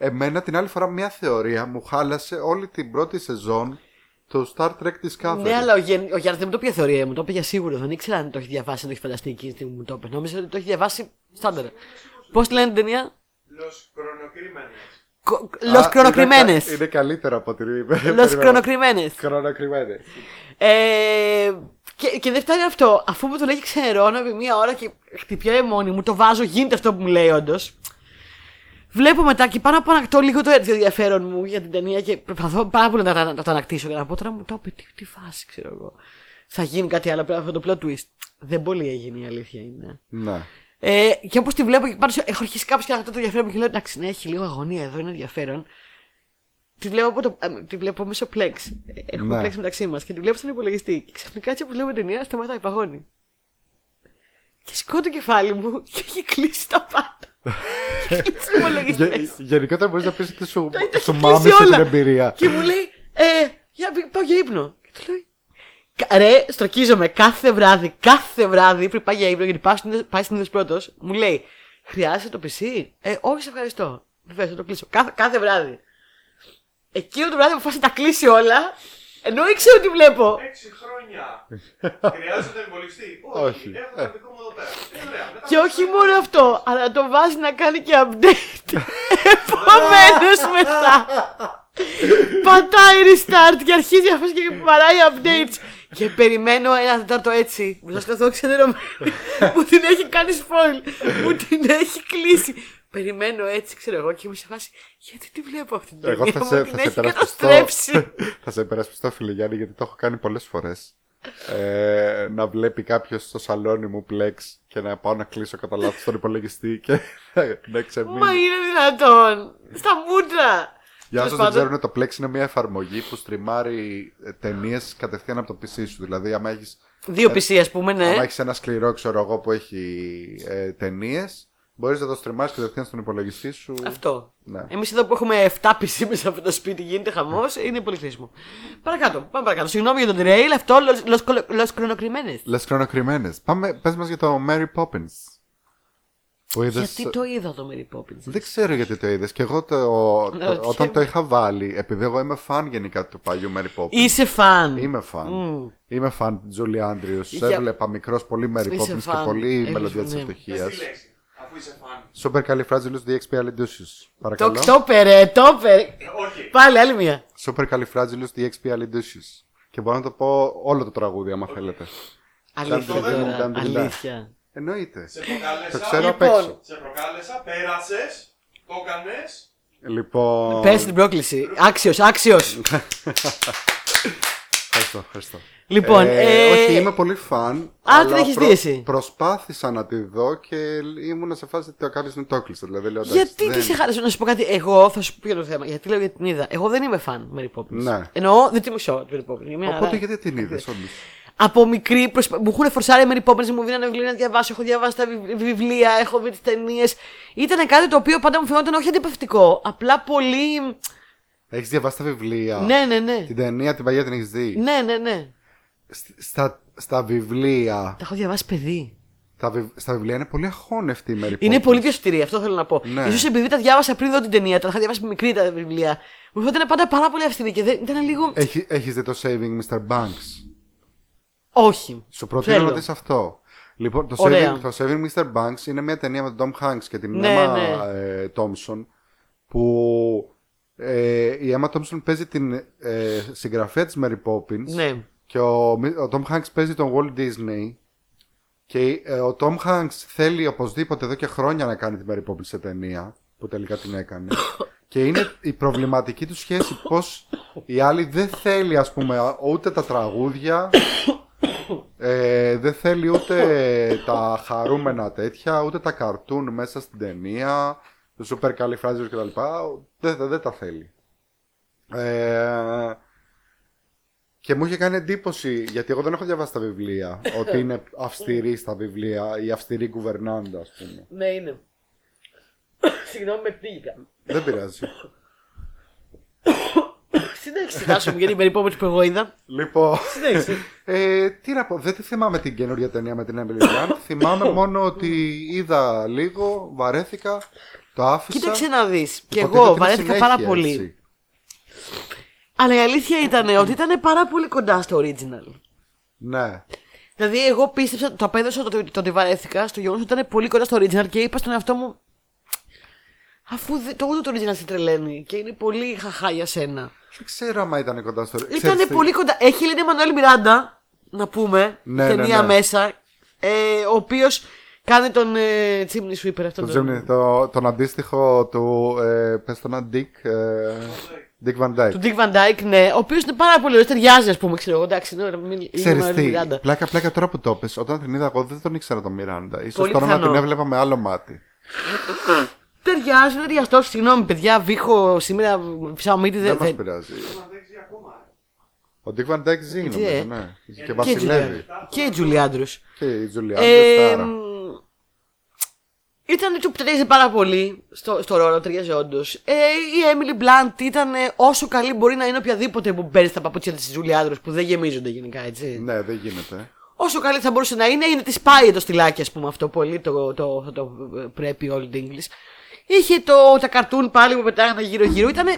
S2: Εμένα την άλλη φορά μια θεωρία μου χάλασε όλη την πρώτη σεζόν του Star Trek Discovery.
S1: Ναι, αλλά ο, Γεν... ο Γιάννης δεν μου το είπε θεωρία, μου το είπε για σίγουρο. Δεν ήξερα αν το έχει διαβάσει, αν το έχει φανταστεί εκείνη τη στιγμή που μου το είπε. Νόμιζα ότι το έχει διαβάσει στάνταρ. Πώς τη λένε την ταινία,
S3: Los Cronocrímenes.
S1: Λο
S2: Α,
S1: κρονοκριμένε.
S2: Είναι, κα- είναι καλύτερο από την.
S1: Λο
S2: περίμενα.
S1: κρονοκριμένε.
S2: Χρονοκριμένες.
S1: Ε, και, και δεν φτάνει αυτό. Αφού μου το λέει, ξερώνω επί μία ώρα και χτυπιάει μόνη μου, το βάζω, γίνεται αυτό που μου λέει όντως. Βλέπω μετά και πάνω από ανακτώ λίγο το έτσι ενδιαφέρον μου για την ταινία και προσπαθώ πάρα πολύ να, τα- να το ανακτήσω και να πω τώρα μου το είπε, τι, τι φάση ξέρω εγώ. Θα γίνει κάτι άλλο πέρα από αυτό το plot twist. Δεν πολύ έγινε η αλήθεια είναι.
S2: Ναι.
S1: Ε, και όπως τη βλέπω και πάνω σε- έχω αρχίσει κάπως και αυτό το ενδιαφέρον μου και λέω εντάξει, ναι, έχει λίγο αγωνία εδώ, είναι ενδιαφέρον. Τη βλέπω, από το, α, τη βλέπω μέσω Plex. Ε, Έχουμε
S2: Ναι.
S1: Plex μεταξύ μας και τη βλέπω στον υπολογιστή. Και ξαφνικά έτσι όπως βλέπω την ταινία, σταματάει, παγώνει. Και σηκώνω το κεφάλι μου και έχει κλείσει τα πάντα. έχει κλείσει ο υπολογιστή.
S2: Γε- γενικότερα μπορείς να πεις ότι σου,
S1: Τα- τα
S2: σου
S1: έχει κλείσει
S2: μάμισε την
S1: όλα.
S2: εμπειρία.
S1: Και μου λέει, ε, για, πη- πάω για ύπνο. Και του λέω, «Κα- ρε, στροκίζομαι κάθε βράδυ, κάθε βράδυ πριν πάει για ύπνο, γιατί πάει στην- πάει στην πρώτος, μου λέει, χρειάζεσαι το PC. Ε, όχι, σε ευχαριστώ. Βεβαίω, θα το κλείσω. Κάθε, κάθε βράδυ. Εκείνο το βράδυ αποφάσισα να τα κλείσει όλα, ενώ ήξερα ότι βλέπω.
S3: Έξι χρόνια. Χρειάζεται εμβολιστή. Όχι.
S2: Όχι.
S3: Έχω το δικό μου εδώ πέρα. Ε, ωραία, μετά
S1: Και
S3: θα
S1: όχι μόνο αυτό, αλλά το βάζει να κάνει και update. Επομένως μετά. Πατάει restart και αρχίζει αυτός και παράει updates. Και περιμένω ένα τέταρτο έτσι. Μπροστά στο δόξα Μου την έχει κάνει spoil. Μου την έχει κλείσει. Περιμένω έτσι, ξέρω εγώ, και είμαι σε φάση. Γιατί τη βλέπω αυτή την
S2: Εγώ
S1: ταινία.
S2: θα
S1: Μου
S2: σε,
S1: την
S2: θα σε
S1: έχει
S2: περασπιστώ.
S1: καταστρέψει.
S2: θα σε περασπιστώ, φίλε Γιάννη, γιατί το έχω κάνει πολλές φορές. Ε, να βλέπει κάποιος στο σαλόνι μου πλέξ και να πάω να κλείσω κατά λάθος τον υπολογιστή και να ξεμείνει.
S1: Μα είναι δυνατόν. Στα μούτρα.
S2: Για
S1: Τέλος
S2: όσους δεν
S1: πάντων,
S2: ξέρουν, το Plex είναι μια εφαρμογή που στριμάρει ταινίες κατευθείαν από το PC σου. Δηλαδή, άμα έχεις
S1: Δύο PC, ας πούμε, ναι.
S2: άμα έχεις ένα σκληρό, ξέρω εγώ, που έχει ε, ταινίες, μπορείς να το στριμάρει κατευθείαν στον υπολογιστή σου.
S1: Αυτό.
S2: Ναι.
S1: Εμείς εδώ που έχουμε 7 PC μέσα από το σπίτι γίνεται χαμός, είναι πολύ χρήσιμο. Παρακάτω, πάμε παρακάτω. Συγγνώμη για τον trail, αυτό λος κρονοκριμένε.
S2: Λε χρονοκριμένε. Πάμε, πες μας για το Mary Poppins. Που είδες...
S1: Γιατί το είδα το Mary Poppins.
S2: Δεν ξέρω γιατί το είδες. Και εγώ το,
S1: Ναι,
S2: το-
S1: ρωτιέμαι.
S2: όταν το είχα βάλει, επειδή εγώ είμαι φαν γενικά του παλιού Mary Poppins.
S1: Είσαι φαν.
S2: Είμαι φαν.
S1: Μμμ.
S2: Είμαι φαν τη Τζούλη Άντριου.
S1: Είχε-
S2: Έβλεπα μικρός πολύ Mary
S1: Είσαι
S2: Poppins
S1: φαν.
S2: και πολύ
S1: Έβλεπα,
S2: μελωδία της
S1: ναι.
S3: Πες
S2: ευτυχία.
S3: τη λέξη, αφού είσαι φαν.
S2: Super califragilous DXP Παρακαλώ.
S1: Το το περε, το περε.
S3: Ε, Όχι.
S1: Πάλι άλλη μία.
S2: supercalifragilisticexpialidocious. Και μπορώ να το πω όλο το τραγούδι, άμα θέλετε.
S1: Αλήθεια
S2: Νταντιλντά,
S1: τώρα.
S2: νταντιλντά.
S1: Αλήθεια.
S2: Εννοείται.
S3: Σε
S2: Το
S3: προκάλεσα.
S2: ξέρω απ'
S1: Λοιπόν.
S2: έξω.
S3: Σε προκάλεσα, πέρασες, το έκανες.
S2: Λοιπόν.
S1: Πες την πρόκληση. Άξιος, άξιος.
S2: Ε, Ευχαριστώ, ευχαριστώ.
S1: Λοιπόν, ε,
S2: Όχι, είμαι πολύ
S1: Α,
S2: φαν.
S1: την
S2: αλλά
S1: έχεις δει εσύ.
S2: Προσπάθησα να τη δω και ήμουν σε φάση ότι ο κάποιο μου το έκλεισε. Δηλαδή, λέω, εντάξει,
S1: Γιατί
S2: δεν-
S1: τη χάρη να σου πω κάτι, εγώ θα σου πω για το θέμα. Γιατί λέω για την είδα. Εγώ δεν είμαι φαν Mary Poppins.
S2: Ναι.
S1: Εννοώ δεν τη μισώ την Mary Poppins. Είναι μια
S2: Οπότε
S1: χαρά.
S2: γιατί την είδες,
S1: Ναι.
S2: όντως.
S1: Από μικρή προσπα... μου έχουν φορσάρει Mary Poppins, μου δίνανε βιβλία να διαβάσω. Έχω διαβάσει τα βιβ- βιβλία, έχω δει τις ταινίες. Ήταν κάτι το οποίο πάντα μου φαινόταν όχι αντιπευτικό. Απλά πολύ.
S2: Έχεις διαβάσει τα βιβλία.
S1: Ναι, ναι, ναι.
S2: Την ταινία την παλιά την έχεις δει.
S1: Ναι, ναι, ναι.
S2: Σ- Στα, στα βιβλία.
S1: Τα έχω διαβάσει παιδί.
S2: Τα βι- στα βιβλία είναι πολύ αχώνευτη η Mary
S1: Είναι
S2: Poppins.
S1: πολύ πιο σωτηρή, αυτό θέλω να πω.
S2: Ναι.
S1: Ίσως επειδή τα διάβασα πριν δω την ταινία, τα είχα διαβάσει μικρή τα βιβλία. Μου φαίνονταν πάντα πάρα πολύ αυστηρή και δεν, ήταν λίγο.
S2: Έχει, έχεις δει το Saving Mr. Banks.
S1: Όχι.
S2: Σου προτείνω
S1: Θέλω.
S2: να δεις αυτό. Λοιπόν, το
S1: Ωραία.
S2: saving, το saving Mr. Banks είναι μια ταινία με τον Tom Hanks και την
S1: Ναι,
S2: Emma
S1: ναι.
S2: ε, Thompson που ε, η Emma Thompson παίζει την ε, συγγραφέα της Mary Poppins
S1: Ναι.
S2: και ο, ο Tom Hanks παίζει τον Walt Disney και ε, ο Tom Hanks θέλει οπωσδήποτε εδώ και χρόνια να κάνει την Mary Poppins σε ταινία που τελικά την έκανε και είναι η προβληματική του σχέση πως η άλλη δεν θέλει ας πούμε ούτε τα τραγούδια ε, δεν θέλει ούτε τα χαρούμενα τέτοια, ούτε τα καρτούν μέσα στην ταινία, το super καλή φράζερ κτλ. Δεν, δεν, δεν τα θέλει. Ε, και μου είχε κάνει εντύπωση, γιατί εγώ δεν έχω διαβάσει τα βιβλία, ότι είναι αυστηρή στα βιβλία, η αυστηρή κουβερνάντα, ας πούμε.
S1: Ναι, είναι. Συγγνώμη, με πνίγηκα.
S2: Δεν πειράζει.
S1: Συνέχισε, Τάσο μου, γιατί με ρηπόμενη που εγώ είδα.
S2: Λοιπόν.
S1: Συνέχισε.
S2: Ε, τι να πω, δεν τη θυμάμαι την καινούργια ταινία με την Emily Blunt. θυμάμαι μόνο ότι είδα λίγο, βαρέθηκα, το άφησα.
S1: Κοίταξε να δεις. Και
S2: Υποτίθεται
S1: εγώ
S2: είναι
S1: βαρέθηκα
S2: συνέχεια,
S1: πάρα πολύ.
S2: έτσι.
S1: Αλλά η αλήθεια ήταν ότι ήταν πάρα πολύ κοντά στο original.
S2: Ναι.
S1: Δηλαδή, εγώ πίστεψα, το απέδωσα το, το, το ότι βαρέθηκα στο γεγονός ότι ήταν πολύ κοντά στο original και είπα στον εαυτό μου. Αφού δε- το ούτε το original σε τρελαίνει και είναι πολύ χαχά για σένα.
S2: Δεν ξέρω άμα ήταν κοντά στο. Ξέρεις
S1: Ήταν
S2: τι,
S1: πολύ κοντά. Έχει Ελένη Μανουέλ Μιράντα, να πούμε,
S2: Ναι, ναι,
S1: ταινία
S2: ναι.
S1: μέσα, ε, ο οποίος κάνει τον ε, Chimney Sweeper αυτόν
S2: Το Gemini, το, τον αντίστοιχο του. Ε, Πες τον να, Dick. Ε, Dick Van
S1: Του
S2: Dyke.
S1: Dick Van Dyke, ναι, ο οποίος είναι πάρα πολύ ωραίος. Ταιριάζει, ας πούμε, ξέρω εγώ. Εντάξει, ναι, μην η
S2: Ξέρεις
S1: Μανουέλ
S2: τι,
S1: Μιράντα.
S2: πλάκα πλάκα τώρα που το πες, όταν την είδα εγώ δεν τον ήξερα τον Μιράντα. Ίσως
S1: Πολύ
S2: τώρα να
S1: πιθανό.
S2: την έβλεπα με άλλο μάτι.
S1: Ταιριάζει, είναι ταιριαστός. Συγγνώμη, παιδιά, βήχω σήμερα ψαμίτι.
S2: Δεν
S1: Δεν
S2: μας
S1: δεν-
S2: πειράζει.
S3: Αντέξει ακόμα. ε.
S2: Ο Dick Van Dyke ζει νομίζω,
S1: ε.
S2: ναι. Και
S1: Και η
S2: βασιλεύει.
S1: Julia- Ε, Και η Τζουλί Άντρου.
S2: Και η Τζουλιά.
S1: Ήταν του ταιριάζει πάρα πολύ στο, στο ρόλο, ταιριάζει όντως. Ε, η Emily Blunt ήταν ε, όσο καλή μπορεί να είναι οποιαδήποτε που μπαίνει στα παπούτσια της Τζουλία Άντρου που δεν γεμίζονται γενικά, έτσι.
S2: Ναι, δεν γίνεται.
S1: Όσο καλή θα μπορούσε να είναι, είναι της πάει το στυλάκι, ας πούμε, αυτό πολύ. Το, το, το, το πρέπει Old English. Είχε το, τα καρτούν πάλι που πετάγανε γύρω-γύρω. Ήτανε,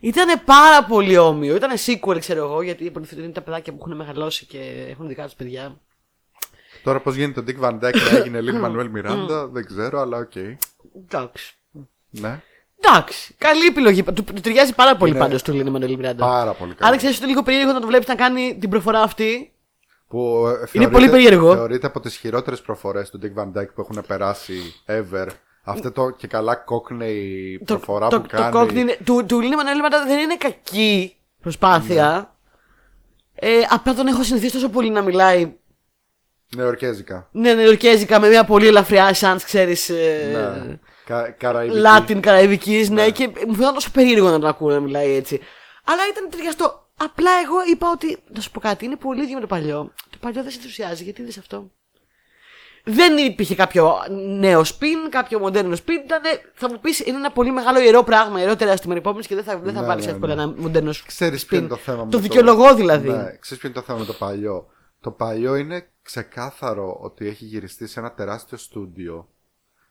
S1: ήτανε πάρα πολύ όμοιο. Ήτανε sequel, ξέρω εγώ, γιατί υποτίθεται είναι τα παιδάκια που έχουν μεγαλώσει και έχουν δικά τους παιδιά.
S2: Τώρα πώς γίνεται ο Dick Van Dyke να έγινε λίγο Μανουέλ Μιράντα, δεν ξέρω, αλλά οκ.
S1: Εντάξει.
S2: Ναι.
S1: Εντάξει. Καλή επιλογή. Του, του ταιριάζει πάρα πολύ
S2: Είναι
S1: πάντως του Λίνε Μανουέλ Μιράντα.
S2: Πάρα πολύ καλά.
S1: Άρα ξέρει ότι είναι λίγο περίεργο να το βλέπεις να κάνει την προφορά αυτή.
S2: Που, ε, θεωρείται-
S1: πολύ περίεργο.
S2: Θεωρείται από τις χειρότερες προφορές του Dick Van Dyke που έχουν περάσει ever. Αυτό το και καλά κόκνεϊ
S1: Το,
S2: προφορά
S1: το,
S2: που
S1: το
S2: κάνει.
S1: κόκκινο είναι- του, του Λίνε Μανουέλ Μιράντα δεν είναι κακή προσπάθεια.
S2: Ναι.
S1: Ε, απλά τον έχω συνηθίσει τόσο πολύ να μιλάει
S2: Νεοερκέζικα.
S1: νεοερκέζικα με μια πολύ ελαφριά ε, σαν ξέρει.
S2: Ναι. Κα, καραϊβική.
S1: Λάτιν Καραϊβικής, ναι. και μου φαινόταν τόσο περίεργο να τον ακούω να μιλάει έτσι. Αλλά ήταν ταιριαστό. Απλά εγώ είπα ότι. Να σου πω κάτι, είναι πολύ ίδιο με το παλιό. Το παλιό δεν σε ενθουσιάζει, γιατί είδε αυτό. Δεν υπήρχε κάποιο νέο spin, κάποιο μοντέρνο spin. Ήταν, ε, θα μου πεις, είναι ένα πολύ μεγάλο ιερό πράγμα, ιερότερα στην μερικόμενη και δεν θα, δεν θα
S2: Ναι,
S1: πάρει
S2: ναι,
S1: εύκολα
S2: ναι.
S1: ένα μοντέρνο spin.
S2: Ξέρεις ποιο είναι το θέμα με
S1: Το δικαιολογώ δηλαδή.
S2: Ναι, ξέρεις ποιο είναι το θέμα με το παλιό. Το παλιό είναι ξεκάθαρο ότι έχει γυριστεί σε ένα τεράστιο στούντιο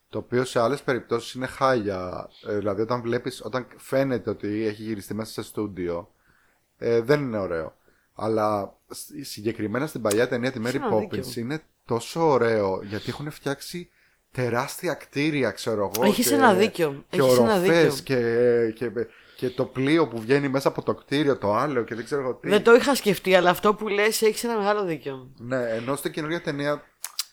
S2: το οποίο σε άλλες περιπτώσεις είναι χάλια. Ε, δηλαδή όταν βλέπεις, όταν φαίνεται ότι έχει γυριστεί μέσα σε στούντιο ε, δεν είναι ωραίο. Αλλά σ- συγκεκριμένα στην παλιά ταινία τη Mary
S1: Σαν
S2: Poppins
S1: δίκιο.
S2: είναι τόσο ωραίο γιατί έχουν φτιάξει τεράστια κτίρια, ξέρω εγώ.
S1: Έχεις
S2: και-
S1: ένα δίκιο.
S2: Και
S1: Έχεις ένα
S2: οροφές
S1: δίκιο.
S2: και, και Και το πλοίο που βγαίνει μέσα από το κτίριο, το άλλο και δεν ξέρω εγώ τι.
S1: Δεν το είχα σκεφτεί, αλλά αυτό που λες έχει ένα μεγάλο δίκιο.
S2: Ναι, ενώ στην καινούργια ταινία.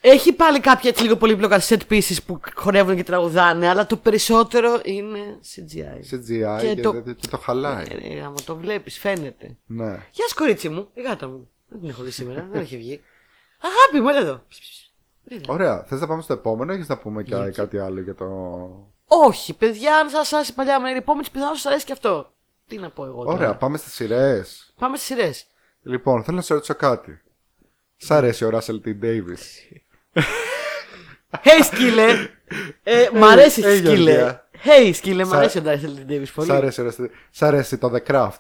S1: Έχει πάλι κάποια έτσι λίγο πολύπλοκα set pieces που χορεύουν και τραγουδάνε, αλλά το περισσότερο είναι CGI.
S2: CGI
S1: Και
S2: και,
S1: το-
S2: το... και το χαλάει.
S1: Ε, ρε, άμα το βλέπεις, φαίνεται.
S2: Ναι.
S1: Γεια σου, κορίτσι μου, η γάτα μου. Δεν την έχω δει σήμερα, δεν έχει βγει. Αγάπη μου, έλα εδώ.
S2: Ωραία. Θες να πάμε στο επόμενο ή έχεις να πούμε κα- κάτι άλλο για το.
S1: Όχι, παιδιά, αν σας άρεσε η παλιά μου, η επόμενη πιθανόν σας αρέσει και αυτό. Τι να πω εγώ. τώρα.
S2: Ωραία, πάμε στις σειρές.
S1: Πάμε στις σειρές.
S2: Λοιπόν, θέλω να σε ρωτήσω κάτι. Σ' αρέσει ο Ράσελ Τιν Ντέιβι.
S1: Hey, σκύλε! ε, μ' αρέσει,
S2: Hey,
S1: σκύλε.
S2: Γεωργία.
S1: Hey, σκύλε, μ'
S2: Σα-
S1: αρέσει ο Ντάισελ Ντέβι
S2: Σ'
S1: πολύ.
S2: αρέσει, ο Russell- σ' αρέσει το The Craft.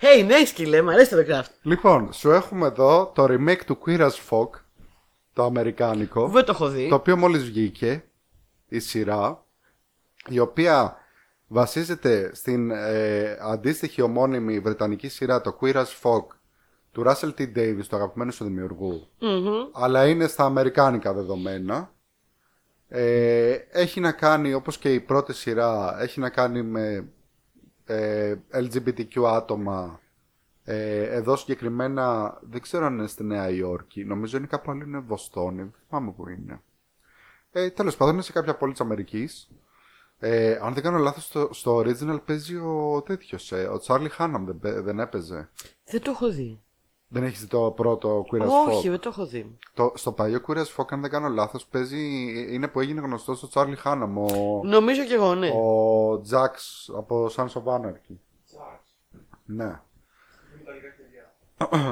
S1: Hey, ναι, σκύλε, μ' αρέσει το The Craft.
S2: Λοιπόν, σου έχουμε εδώ το remake του Queer as Folk, το αμερικάνικο.
S1: Δεν το έχω δει.
S2: Το οποίο μόλις βγήκε η σειρά, η οποία βασίζεται στην ε, αντίστοιχη ομώνυμη βρετανική σειρά, το Queer as Folk, του Russell T. Davis, του αγαπημένου σου δημιουργού.
S1: Μμμ.
S2: Αλλά είναι στα αμερικάνικα δεδομένα. Ε, έχει να κάνει, όπως και η πρώτη σειρά, έχει να κάνει με ε, LGBTQ άτομα. Ε, εδώ συγκεκριμένα δεν ξέρω αν είναι στη Νέα Υόρκη. Νομίζω είναι κάπου αλλού, είναι Βοστόνη. Δεν θυμάμαι που είναι. Ε, Τέλος πάντων, είναι σε κάποια πόλη της Αμερικής. Ε, αν δεν κάνω λάθος, στο, στο original παίζει ο τέτοιος. Ε, ο Τσάρλι Χάναμ δεν, παί- δεν έπαιζε.
S1: Δεν το έχω δει.
S2: Δεν έχεις δει το πρώτο Queer as Folk.
S1: Όχι, δεν το έχω δει.
S2: Το, στο παλιό Queer as Folk, αν δεν κάνω λάθος, παίζει. Είναι που έγινε γνωστός ο Τσάρλι Χάναμ. Ο,
S1: Νομίζω και εγώ, ναι.
S2: ο Τζαξ από Sons of Anarchy. Ναι.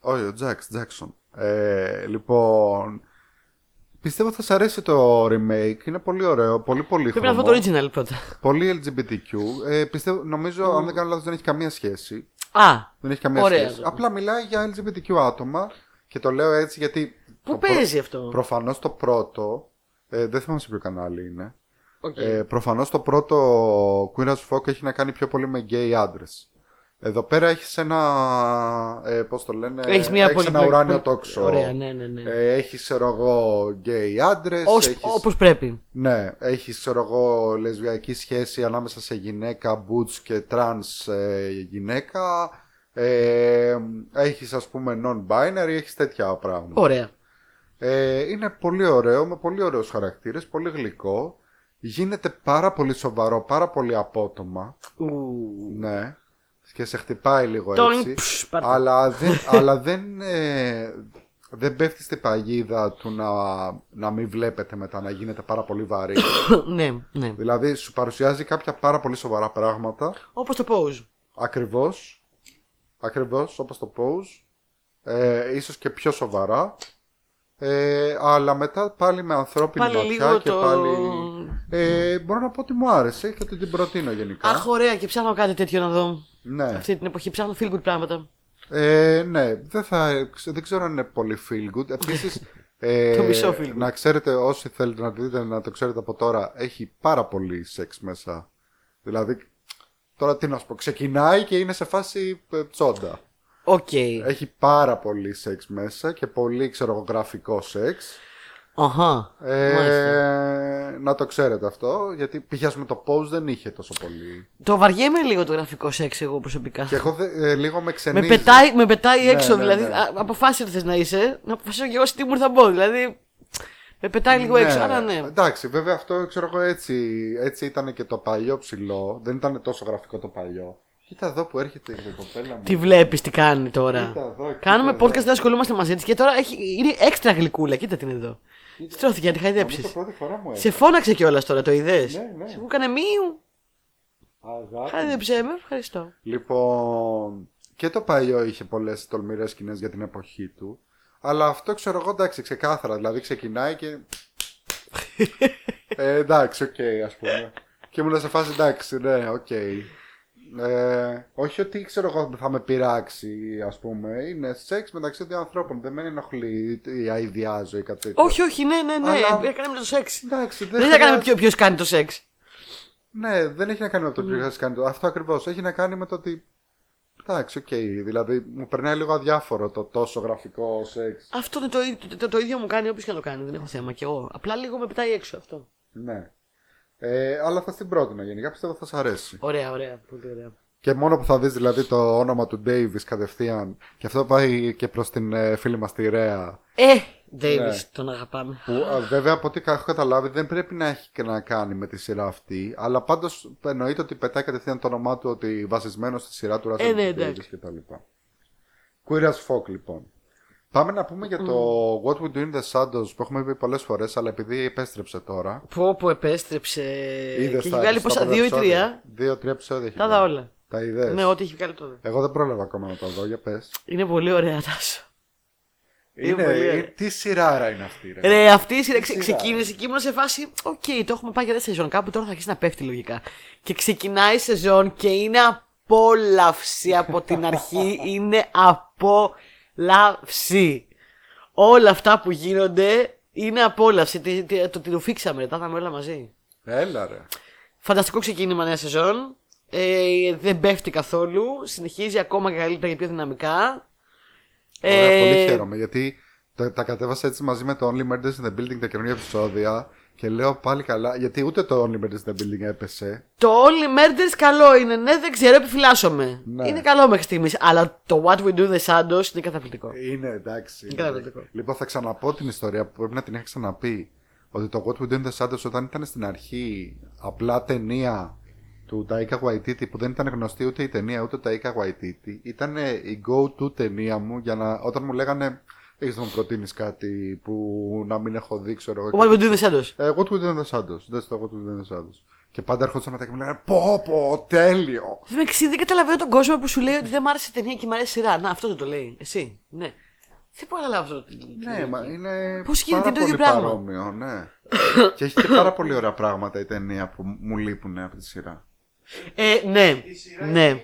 S2: Όχι, ο Τζαξ, Τζάξον. Ε, λοιπόν. Πιστεύω θα σας αρέσει το remake. Είναι πολύ ωραίο, πολύ πολύ
S1: Πρέπει να δω
S2: χρωμό.
S1: το original πρώτα.
S2: Πολύ LGBTQ. Ε, πιστεύω, νομίζω, αν δεν κάνω λάθος, δεν έχει καμία σχέση.
S1: Α,
S2: Δεν έχει καμία
S1: Ωραία,
S2: σχέση.
S1: λοιπόν.
S2: Απλά μιλάει για LGBTQ άτομα και το λέω έτσι γιατί.
S1: πού
S2: το πρω-
S1: παίζει αυτό.
S2: Προφανώς το πρώτο. Ε, δεν θυμάμαι σε ποιο κανάλι είναι.
S1: Οκ.
S2: Ε, προφανώς το πρώτο Queer as Folk έχει να κάνει πιο πολύ με γκέι άντρες. Εδώ πέρα έχεις ένα, ε, πώς το λένε,
S1: Έχεις μια πολύ-
S2: ένα ουράνιο
S1: πολύ-
S2: τόξο.
S1: Ωραία, ναι, ναι, ναι.
S2: Ε, έχεις, ξέρω εγώ, γκέι άντρες.
S1: Ως-
S2: έχεις-
S1: Όπως πρέπει.
S2: ναι, έχεις ξέρω εγώ λεσβιακή σχέση ανάμεσα σε γυναίκα, μπουτς και τρανς ε, γυναίκα. Ε, έχεις ας πούμε non-binary, έχεις τέτοια πράγματα.
S1: Ωραία.
S2: Ε, είναι πολύ ωραίο, με πολύ ωραίους χαρακτήρες, πολύ γλυκό. Γίνεται πάρα πολύ σοβαρό, πάρα πολύ απότομα.
S1: Ου.
S2: Ναι. Και σε χτυπάει λίγο
S1: Τον-
S2: έτσι.
S1: Πφ, πάρ' το.
S2: αλλά δεν, αλλά δεν, ε, δεν πέφτεις στην παγίδα του να, να μην βλέπετε μετά, να γίνεται πάρα πολύ βαρύ.
S1: Ναι, ναι.
S2: Δηλαδή σου παρουσιάζει κάποια πάρα πολύ σοβαρά πράγματα.
S1: Όπως το pose.
S2: Ακριβώς. Ακριβώς όπως το pose. Ε, ίσως και πιο σοβαρά. Ε, αλλά μετά πάλι με ανθρώπινη
S1: Πάλι λίγο
S2: ματιά και
S1: το-
S2: πάλι... Ε, μπορώ να πω ότι μου άρεσε και ότι την προτείνω γενικά.
S1: Αχ, ωραία, και ψάχνω κάτι τέτοιο να δω.
S2: Ναι.
S1: Αυτή την εποχή ψάχνω feel good πράγματα.
S2: Ε, ναι, δεν, θα, δεν ξέρω αν είναι πολύ feel good. Επίσης, ε,
S1: Το μισό feel good.
S2: να ξέρετε όσοι θέλετε να το δείτε, να το ξέρετε από τώρα, έχει πάρα πολύ σεξ μέσα. Δηλαδή, τώρα τι να σου πω, ξεκινάει και είναι σε φάση ε, τσόντα.
S1: Οκ.
S2: Έχει πάρα πολύ σεξ μέσα και πολύ, ξέρω εγώ, γραφικό σεξ.
S1: Αχα. Μάλιστα.
S2: Ε, να το ξέρετε αυτό, γιατί π.χ. ας πούμε, το pose δεν είχε τόσο πολύ.
S1: Το βαριέμαι λίγο το γραφικό σεξ εγώ προσωπικά.
S2: Και εγώ δε- ε, λίγο με
S1: Με
S2: ξενίζει.
S1: πετάει, με πετάει
S2: Ναι,
S1: έξω,
S2: ναι,
S1: δηλαδή.
S2: ναι.
S1: α, Αποφάσισε τι θες να είσαι, να αποφασίσω κι εγώ σε τι μου θα μπω. Δηλαδή. Με πετάει λίγο έξω, άρα ναι.
S2: Εντάξει, βέβαια αυτό ξέρω εγώ έτσι, έτσι ήταν και το παλιό ψηλό. Δεν ήταν τόσο γραφικό το παλιό. Κοίτα εδώ που έρχεται η κοπέλα μου.
S1: Τι βλέπεις, τι κάνει τώρα.
S2: Κοίτα εδώ, κοίτα
S1: Κάνουμε
S2: εδώ.
S1: podcast, δεν ασχολούμαστε μαζί της και τώρα έχει, είναι έξτρα γλυκούλα. Κοίτα την εδώ. Στρώθηκε, να τη
S2: Νομίζω
S1: χαϊδέψει.
S2: πρώτη φορά μου
S1: Σε φώναξε κιόλας τώρα, το είδες.
S2: Ναι, ναι.
S1: Σε μου έκανε μίου.
S2: έφυγε.
S1: Χάιδεψε με, ευχαριστώ.
S2: Λοιπόν, και το παλιό είχε πολλές τολμηρές σκηνές για την εποχή του. Αλλά αυτό ξέρω εγώ εντάξει, ξεκάθαρα. Δηλαδή ξεκινάει και. ε, εντάξει, οκ, ας α πούμε. και ήμουν σε φάση εντάξει, ναι, οκ. Ε, όχι ότι ξέρω εγώ θα με πειράξει, ας πούμε. Είναι σεξ μεταξύ δύο ανθρώπων. Δεν με ενοχλεί ή αειδιάζω ή κάτι τέτοιο.
S1: Όχι, όχι, ναι, ναι, ναι.
S2: Αλλά-
S1: Έκανε με το σεξ.
S2: Εντάξει, δεν,
S1: Δεν θα
S2: χρειάζεται-
S1: κάναμε ποιο κάνει το σεξ.
S2: ναι, δεν έχει να κάνει με το τι έχει κάνει. το- Αυτό ακριβώς. Έχει να κάνει με το ότι. Εντάξει, οκ. Δηλαδή μου περνάει λίγο αδιάφορο το τόσο γραφικό σεξ.
S1: Αυτό είναι το, ίδιο- το, το, το ίδιο μου κάνει όποιος και να το κάνει. Δεν έχω θέμα κι εγώ. Απλά λίγο με πετάει έξω αυτό.
S2: Ναι. Ε, αλλά θα την πρότεινα γενικά, πιστεύω θα σ' αρέσει.
S1: Ωραία, ωραία. Πολύ ωραία.
S2: Και μόνο που θα δεις δηλαδή το όνομα του Davis κατευθείαν, και αυτό πάει και προς την ε, φίλη μας τη Ρέα,
S1: Ε,
S2: Ναι.
S1: Davis, τον αγαπάμε.
S2: που α, βέβαια από ό,τι έχω καταλάβει δεν πρέπει να έχει και να κάνει με τη σειρά αυτή, αλλά πάντως εννοείται ότι πετάει κατευθείαν το όνομά του ότι βασισμένο στη σειρά του Russell
S1: Ε, ναι,
S2: Davis
S1: εντάξει.
S2: κτλ. Queer as folk λοιπόν. Πάμε να πούμε για το What We Do in the Shadows που έχουμε πει πολλές φορές, αλλά επειδή επέστρεψε τώρα.
S1: Πω που επέστρεψε.
S2: Είδες
S1: Ε, και έχει
S2: τα-
S1: βγάλει
S2: στα
S1: πόσα,
S2: πρώτα
S1: δύο ή
S2: επεισόδια.
S1: τρία.
S2: Δύο-τρία επεισόδια. έχει
S1: Τα
S2: βγάλει.
S1: είδα όλα.
S2: Τα είδες.
S1: Ναι, ό,τι έχει βγάλει τότε.
S2: Εγώ δεν πρόλαβα ακόμα να τα δω, για πες.
S1: Είναι πολύ ωραία, Τάσο.
S2: Είναι,
S1: πολύ
S2: είναι- τι σειράρα είναι αυτή, ρε.
S1: Ρε, αυτή η σειρά ξε-
S2: Ε, Σειρά.
S1: ξεκίνησε και ήμουν σε φάση. Οκ, το έχουμε πάει για 4 σεζόν. Κάπου τώρα θα αρχίσει να πέφτει λογικά. Και ξεκινάει η σεζόν και είναι απόλαυση από την αρχή. είναι απόλαυση. Όλα αυτά που γίνονται είναι απόλαυση. Τι, τι, το τυρουφίξαμε, τα είδαμε όλα μαζί.
S2: Έλα, ρε.
S1: Φανταστικό ξεκίνημα νέα σεζόν. Ε, δεν πέφτει καθόλου. Συνεχίζει ακόμα καλύτερα και πιο δυναμικά.
S2: Ωραία, πολύ χαίρομαι γιατί τα, τα κατέβασα έτσι μαζί με το Only Murders in the Building τα καινούργια επεισόδια και λέω πάλι καλά γιατί ούτε το Only Murders in the Building έπεσε.
S1: Το Only Murders καλό είναι, ναι, δεν ξέρω, επιφυλάσσομαι.
S2: Ναι.
S1: Είναι καλό μέχρι στιγμής. Αλλά το What We Do The Shadows είναι καταπληκτικό.
S2: Είναι εντάξει.
S1: Είναι καταπληκτικό.
S2: Λοιπόν, θα ξαναπώ την ιστορία που πρέπει να την είχα ξαναπεί. Ότι το What We Do in the Shadows όταν ήταν στην αρχή απλά ταινία του Taika Waititi που δεν ήταν γνωστή ούτε η ταινία ούτε το Taika Waititi ήταν η go-to ταινία μου για να, όταν μου λέγανε έχεις να μου προτείνεις κάτι που να μην έχω δει ξέρω εγώ
S1: Ο What We Do The Shadows.
S2: Ε, Εγώ του ήταν Σάντο. Δεν στο εγώ του ήταν Σάντο. Και πάντα έρχονταν μετά και μου λέγανε Πω, πω, τέλειο.
S1: Δεν με ξέρεις, δεν καταλαβαίνω τον κόσμο που σου λέει ότι δεν μ' άρεσε η ταινία και μ' αρέσει η σειρά. Να, αυτό δεν το λέει. Εσύ, ναι. Δεν μπορώ να καταλάβω αυτό.
S2: Ναι, μα είναι.
S1: Πώς γίνεται
S2: πάρα
S1: το ίδιο
S2: πολύ
S1: πράγμα?
S2: Παρόμοιο, ναι. και έχει και πάρα πολύ ωραία πράγματα η ταινία που μου λείπουν από τη σειρά.
S1: Ε, ναι,
S3: Η σειρά
S1: ναι.
S3: έχει,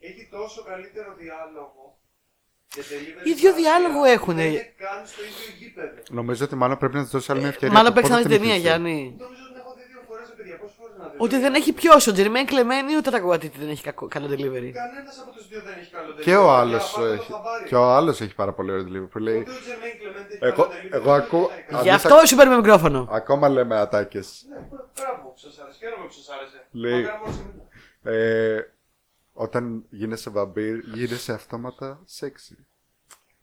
S3: έχει τόσο καλύτερο διάλογο. και delivery
S1: Ίδιο
S3: στα
S1: διάλογο
S3: αστεία.
S1: έχουνε.
S3: Δεν είναι καν στο ίδιο γήπεδο.
S2: Νομίζω ότι μάλλον πρέπει να τη δώσει άλλη μια ευκαιρία.
S1: Μάλλον
S2: από πότε
S1: παίξαμε την ταινία,
S2: ηχήσει.
S1: Γιάννη.
S3: Νομίζω ότι την έχω δει δύο φορές, παιδιά. Πόσες φορές να δεις.
S1: Ότι δεν έχει ποιο. Ο Τζερμέν Κλεμένη ούτε τα κουβατήτη δεν έχει κακό- καλό delivery.
S3: Κανένας από τους δύο δεν έχει καλό delivery.
S2: Και ο άλλο
S3: έχει.
S2: έχει, και ο άλλος έχει πάρα πολύ ωραίο delivery που λέει.
S3: Ούτε ο Τζερμέν Κλεμέντ έχει
S2: Εγώ-
S3: καλό delivery,
S2: εγώ
S3: ούτε
S2: ακούω-
S3: ο Τάικα.
S2: Α,
S1: Γι'
S2: δεν
S1: αυτό σου παίρνουμε μικρόφωνο.
S2: Ακόμα λέμε ατάκες.
S3: Ναι, Μπράβο, σας άρεσε. Χαίρομαι που σας άρεσε.
S2: Λέει-
S3: Μακάρι μόνο σε-
S2: Ε, όταν γίνεσαι βαμπύρ, γίνεσαι αυτόματα σεξι.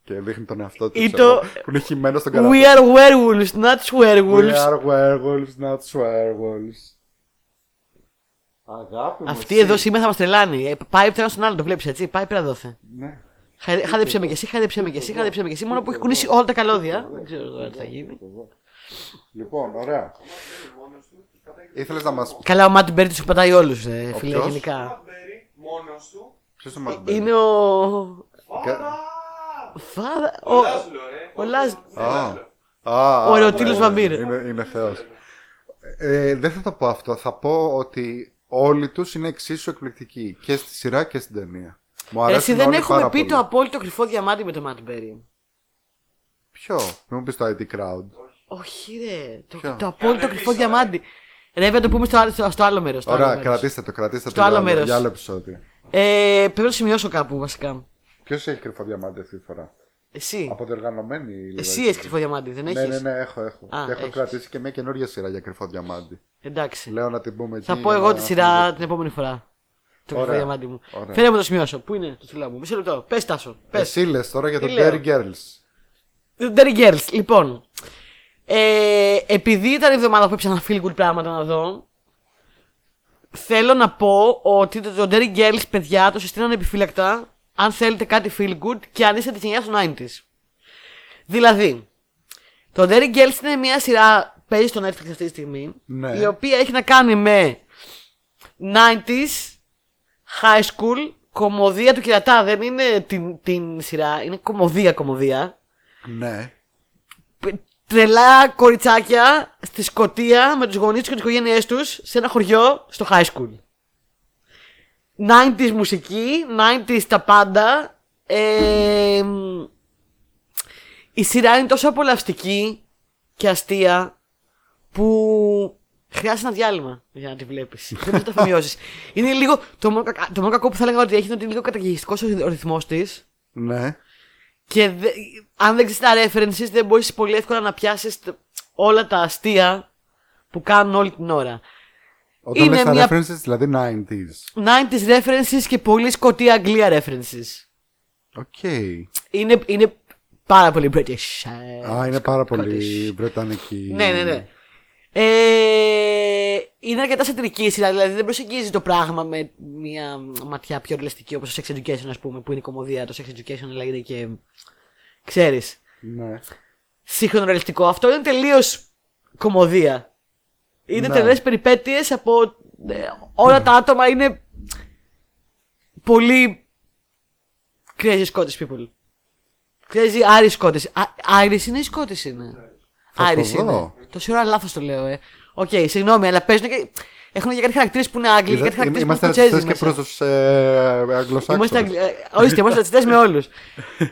S2: Και δείχνει τον εαυτό του.
S1: Ή
S2: ξέρω,
S1: το-
S2: Που είναι χυμένος στον καναπέ.
S1: We are werewolves, not
S2: We
S1: swearwolves.
S2: are werewolves, not swearwolves. Αγάπη μου.
S1: Αυτή εδώ σήμερα θα μας τρελάνει. Ε, Πάει πέρα στον άλλο, το βλέπεις έτσι. Πάει πέρα δόθε.
S2: Ναι.
S1: Χα- Χάδεψε με κι εσύ, χάδεψε με κι εσύ, χάδεψε με κι εσύ. Μόνο που έχει κουνήσει όλα τα καλώδια. Δεν ξέρω τώρα τι θα γίνει.
S2: Λοιπόν, ωραία. Ήθελες να μας πει.
S1: Καλά, ο Μάτι Μπέρτι σου πατάει όλους, φίλε,
S2: ποιος?
S1: γενικά.
S3: Μπέρι, μόνος του.
S2: Ποιος το μα πει.
S1: Είναι ο.
S3: Φάρα!
S1: Φάδα-
S3: Ο
S1: Ο,
S3: Λάζλο, ρε.
S1: ο Λάζ-
S3: Ναι, Λάζλο.
S2: Α,
S1: ο
S2: ναι.
S1: ερωτήλο βαμπύρ.
S2: Είναι, είναι θεός. Ε, δεν θα το πω αυτό. Θα πω ότι όλοι τους είναι εξίσου εκπληκτικοί και στη σειρά και στην ταινία. Μου
S1: Εσύ
S2: αρέσουν
S1: δεν
S2: όλοι
S1: έχουμε
S2: πάρα
S1: πει
S2: πολύ.
S1: το απόλυτο κρυφό διαμάντι με τον Μάτι Μπέρι.
S2: Ποιο, μην μου πεις το IT crowd.
S1: Όχι, ρε. Το,
S2: Ποιο?
S1: το απόλυτο
S3: Κανένα
S1: κρυφό
S3: ίσα, ρε.
S1: διαμάντι. Ρε, βέβαια το πούμε στο, άλλο- στο- στο άλλο μέρος.
S2: Ωραία, κρατήστε το, κρατήστε
S1: Στο
S2: το. για
S1: άλλο μέρος.
S2: Για άλλο επεισόδιο.
S1: Ε, πρέπει να σημειώσω κάπου βασικά.
S2: Ποιος έχει κρυφό διαμάντι αυτή τη φορά.
S1: Εσύ.
S2: Από διοργανωμένη λέγεται.
S1: Εσύ έχει κρυφό διαμάντι, δεν έχει.
S2: Ναι, ναι, ναι, έχω, έχω.
S1: Α,
S2: και έχω
S1: έχεις.
S2: κρατήσει και μια καινούργια σειρά για κρυφό διαμάντι.
S1: Εντάξει.
S2: Λέω να την πούμε εκεί.
S1: Θα πω
S2: για
S1: εγώ
S2: να-
S1: τη σειρά την επόμενη φορά. Το κρυφό
S2: Ωραία.
S1: διαμάντι μου.
S2: Ωραία.
S1: Φέρε μου το σημειώσω. Πού είναι το θυλά μου. Μισό λεπτό. Πες, Τάσο. Πες.
S2: Εσύ λες τώρα για το
S1: Τι λέω?
S2: Dairy Girls.
S1: Dirty Girls. Λοιπόν. Ε, επειδή ήταν η εβδομάδα που έψαχνα feel good πράγματα να δω, θέλω να πω ότι το, το Dirty Girls, παιδιά, το συστήνω ανεπιφύλακτα αν θέλετε κάτι feel good και αν είστε της γενιάς των 90s. Δηλαδή, το Dirty Girls είναι μια σειρά, παίζει στο Netflix αυτή τη στιγμή,
S2: Ναι.
S1: η οποία έχει να κάνει με 90s, high school, κομμωδία του κυρατά. Δεν είναι την, την σειρά, είναι κομμωδία, κομμωδία
S2: Ναι.
S1: τρελά κοριτσάκια στη Σκωτία με τους γονείς τους και τις οικογένειές τους σε ένα χωριό στο high school. 90s μουσική, 90s τα πάντα. Ε, η σειρά είναι τόσο απολαυστική και αστεία που χρειάζεται ένα διάλειμμα για να τη βλέπεις. Δεν μπορείς να το αφημιώσεις. Είναι λίγο, το μόνο, κακ- το μόνο κακό που θα έλεγα ότι έχει είναι ότι είναι λίγο καταγεγιστικός ο ρυθ- ο ρυθμός της.
S2: Ναι.
S1: Και δε- αν δεν ξέρεις τα references, δεν μπορείς πολύ εύκολα να πιάσεις όλα τα αστεία που κάνουν όλη την ώρα.
S2: Όταν
S1: Είναι
S2: λες τα
S1: μια-
S2: references, δηλαδή 90s.
S1: 90s references και πολύ σκοτή Αγγλία references.
S2: Οκ.
S1: Ε, Είναι, είναι πάρα πολύ British. ε,
S2: Α, είναι πάρα πολύ
S1: Scottish.
S2: βρετανική.
S1: Ναι, ναι, ναι. Ε, είναι αρκετά σατυρικής σειρά, δηλαδή δεν προσεγγίζει το πράγμα με μια ματιά πιο ρεαλιστική όπως το Sex Education, ας πούμε, που είναι η κομμωδία. Το Sex Education λέγεται και. ξέρεις.
S2: Ναι.
S1: Σύγχρονο ρεαλιστικό. Αυτό είναι τελείως κομμωδία. Είναι
S2: Ναι.
S1: τελείως περιπέτειες από. ε, όλα τα άτομα είναι. πολύ. crazy Scottish people. Crazy Irish Scottish. Α- Irish είναι ή Scottish είναι.
S2: Ναι. Θα το
S1: Irish είναι.
S2: δω.
S1: Τόση ώρα λάθος το λέω, ε. Οκ, συγγνώμη, αλλά παίζουν και. Έχουν και κάτι χαρακτήρες που είναι Άγγλοι, και κάτι
S2: Είδα-
S1: χαρακτήρε που είναι
S2: Είμαστε
S1: Σκοτσέζοι.
S2: ρατσιστές και
S1: μέσα.
S2: προς τους ε, Αγγλοσάξονες.
S1: Είμαστε Αγγλ- ε, Ορίστε, είμαστε ρατσιστέ με όλους.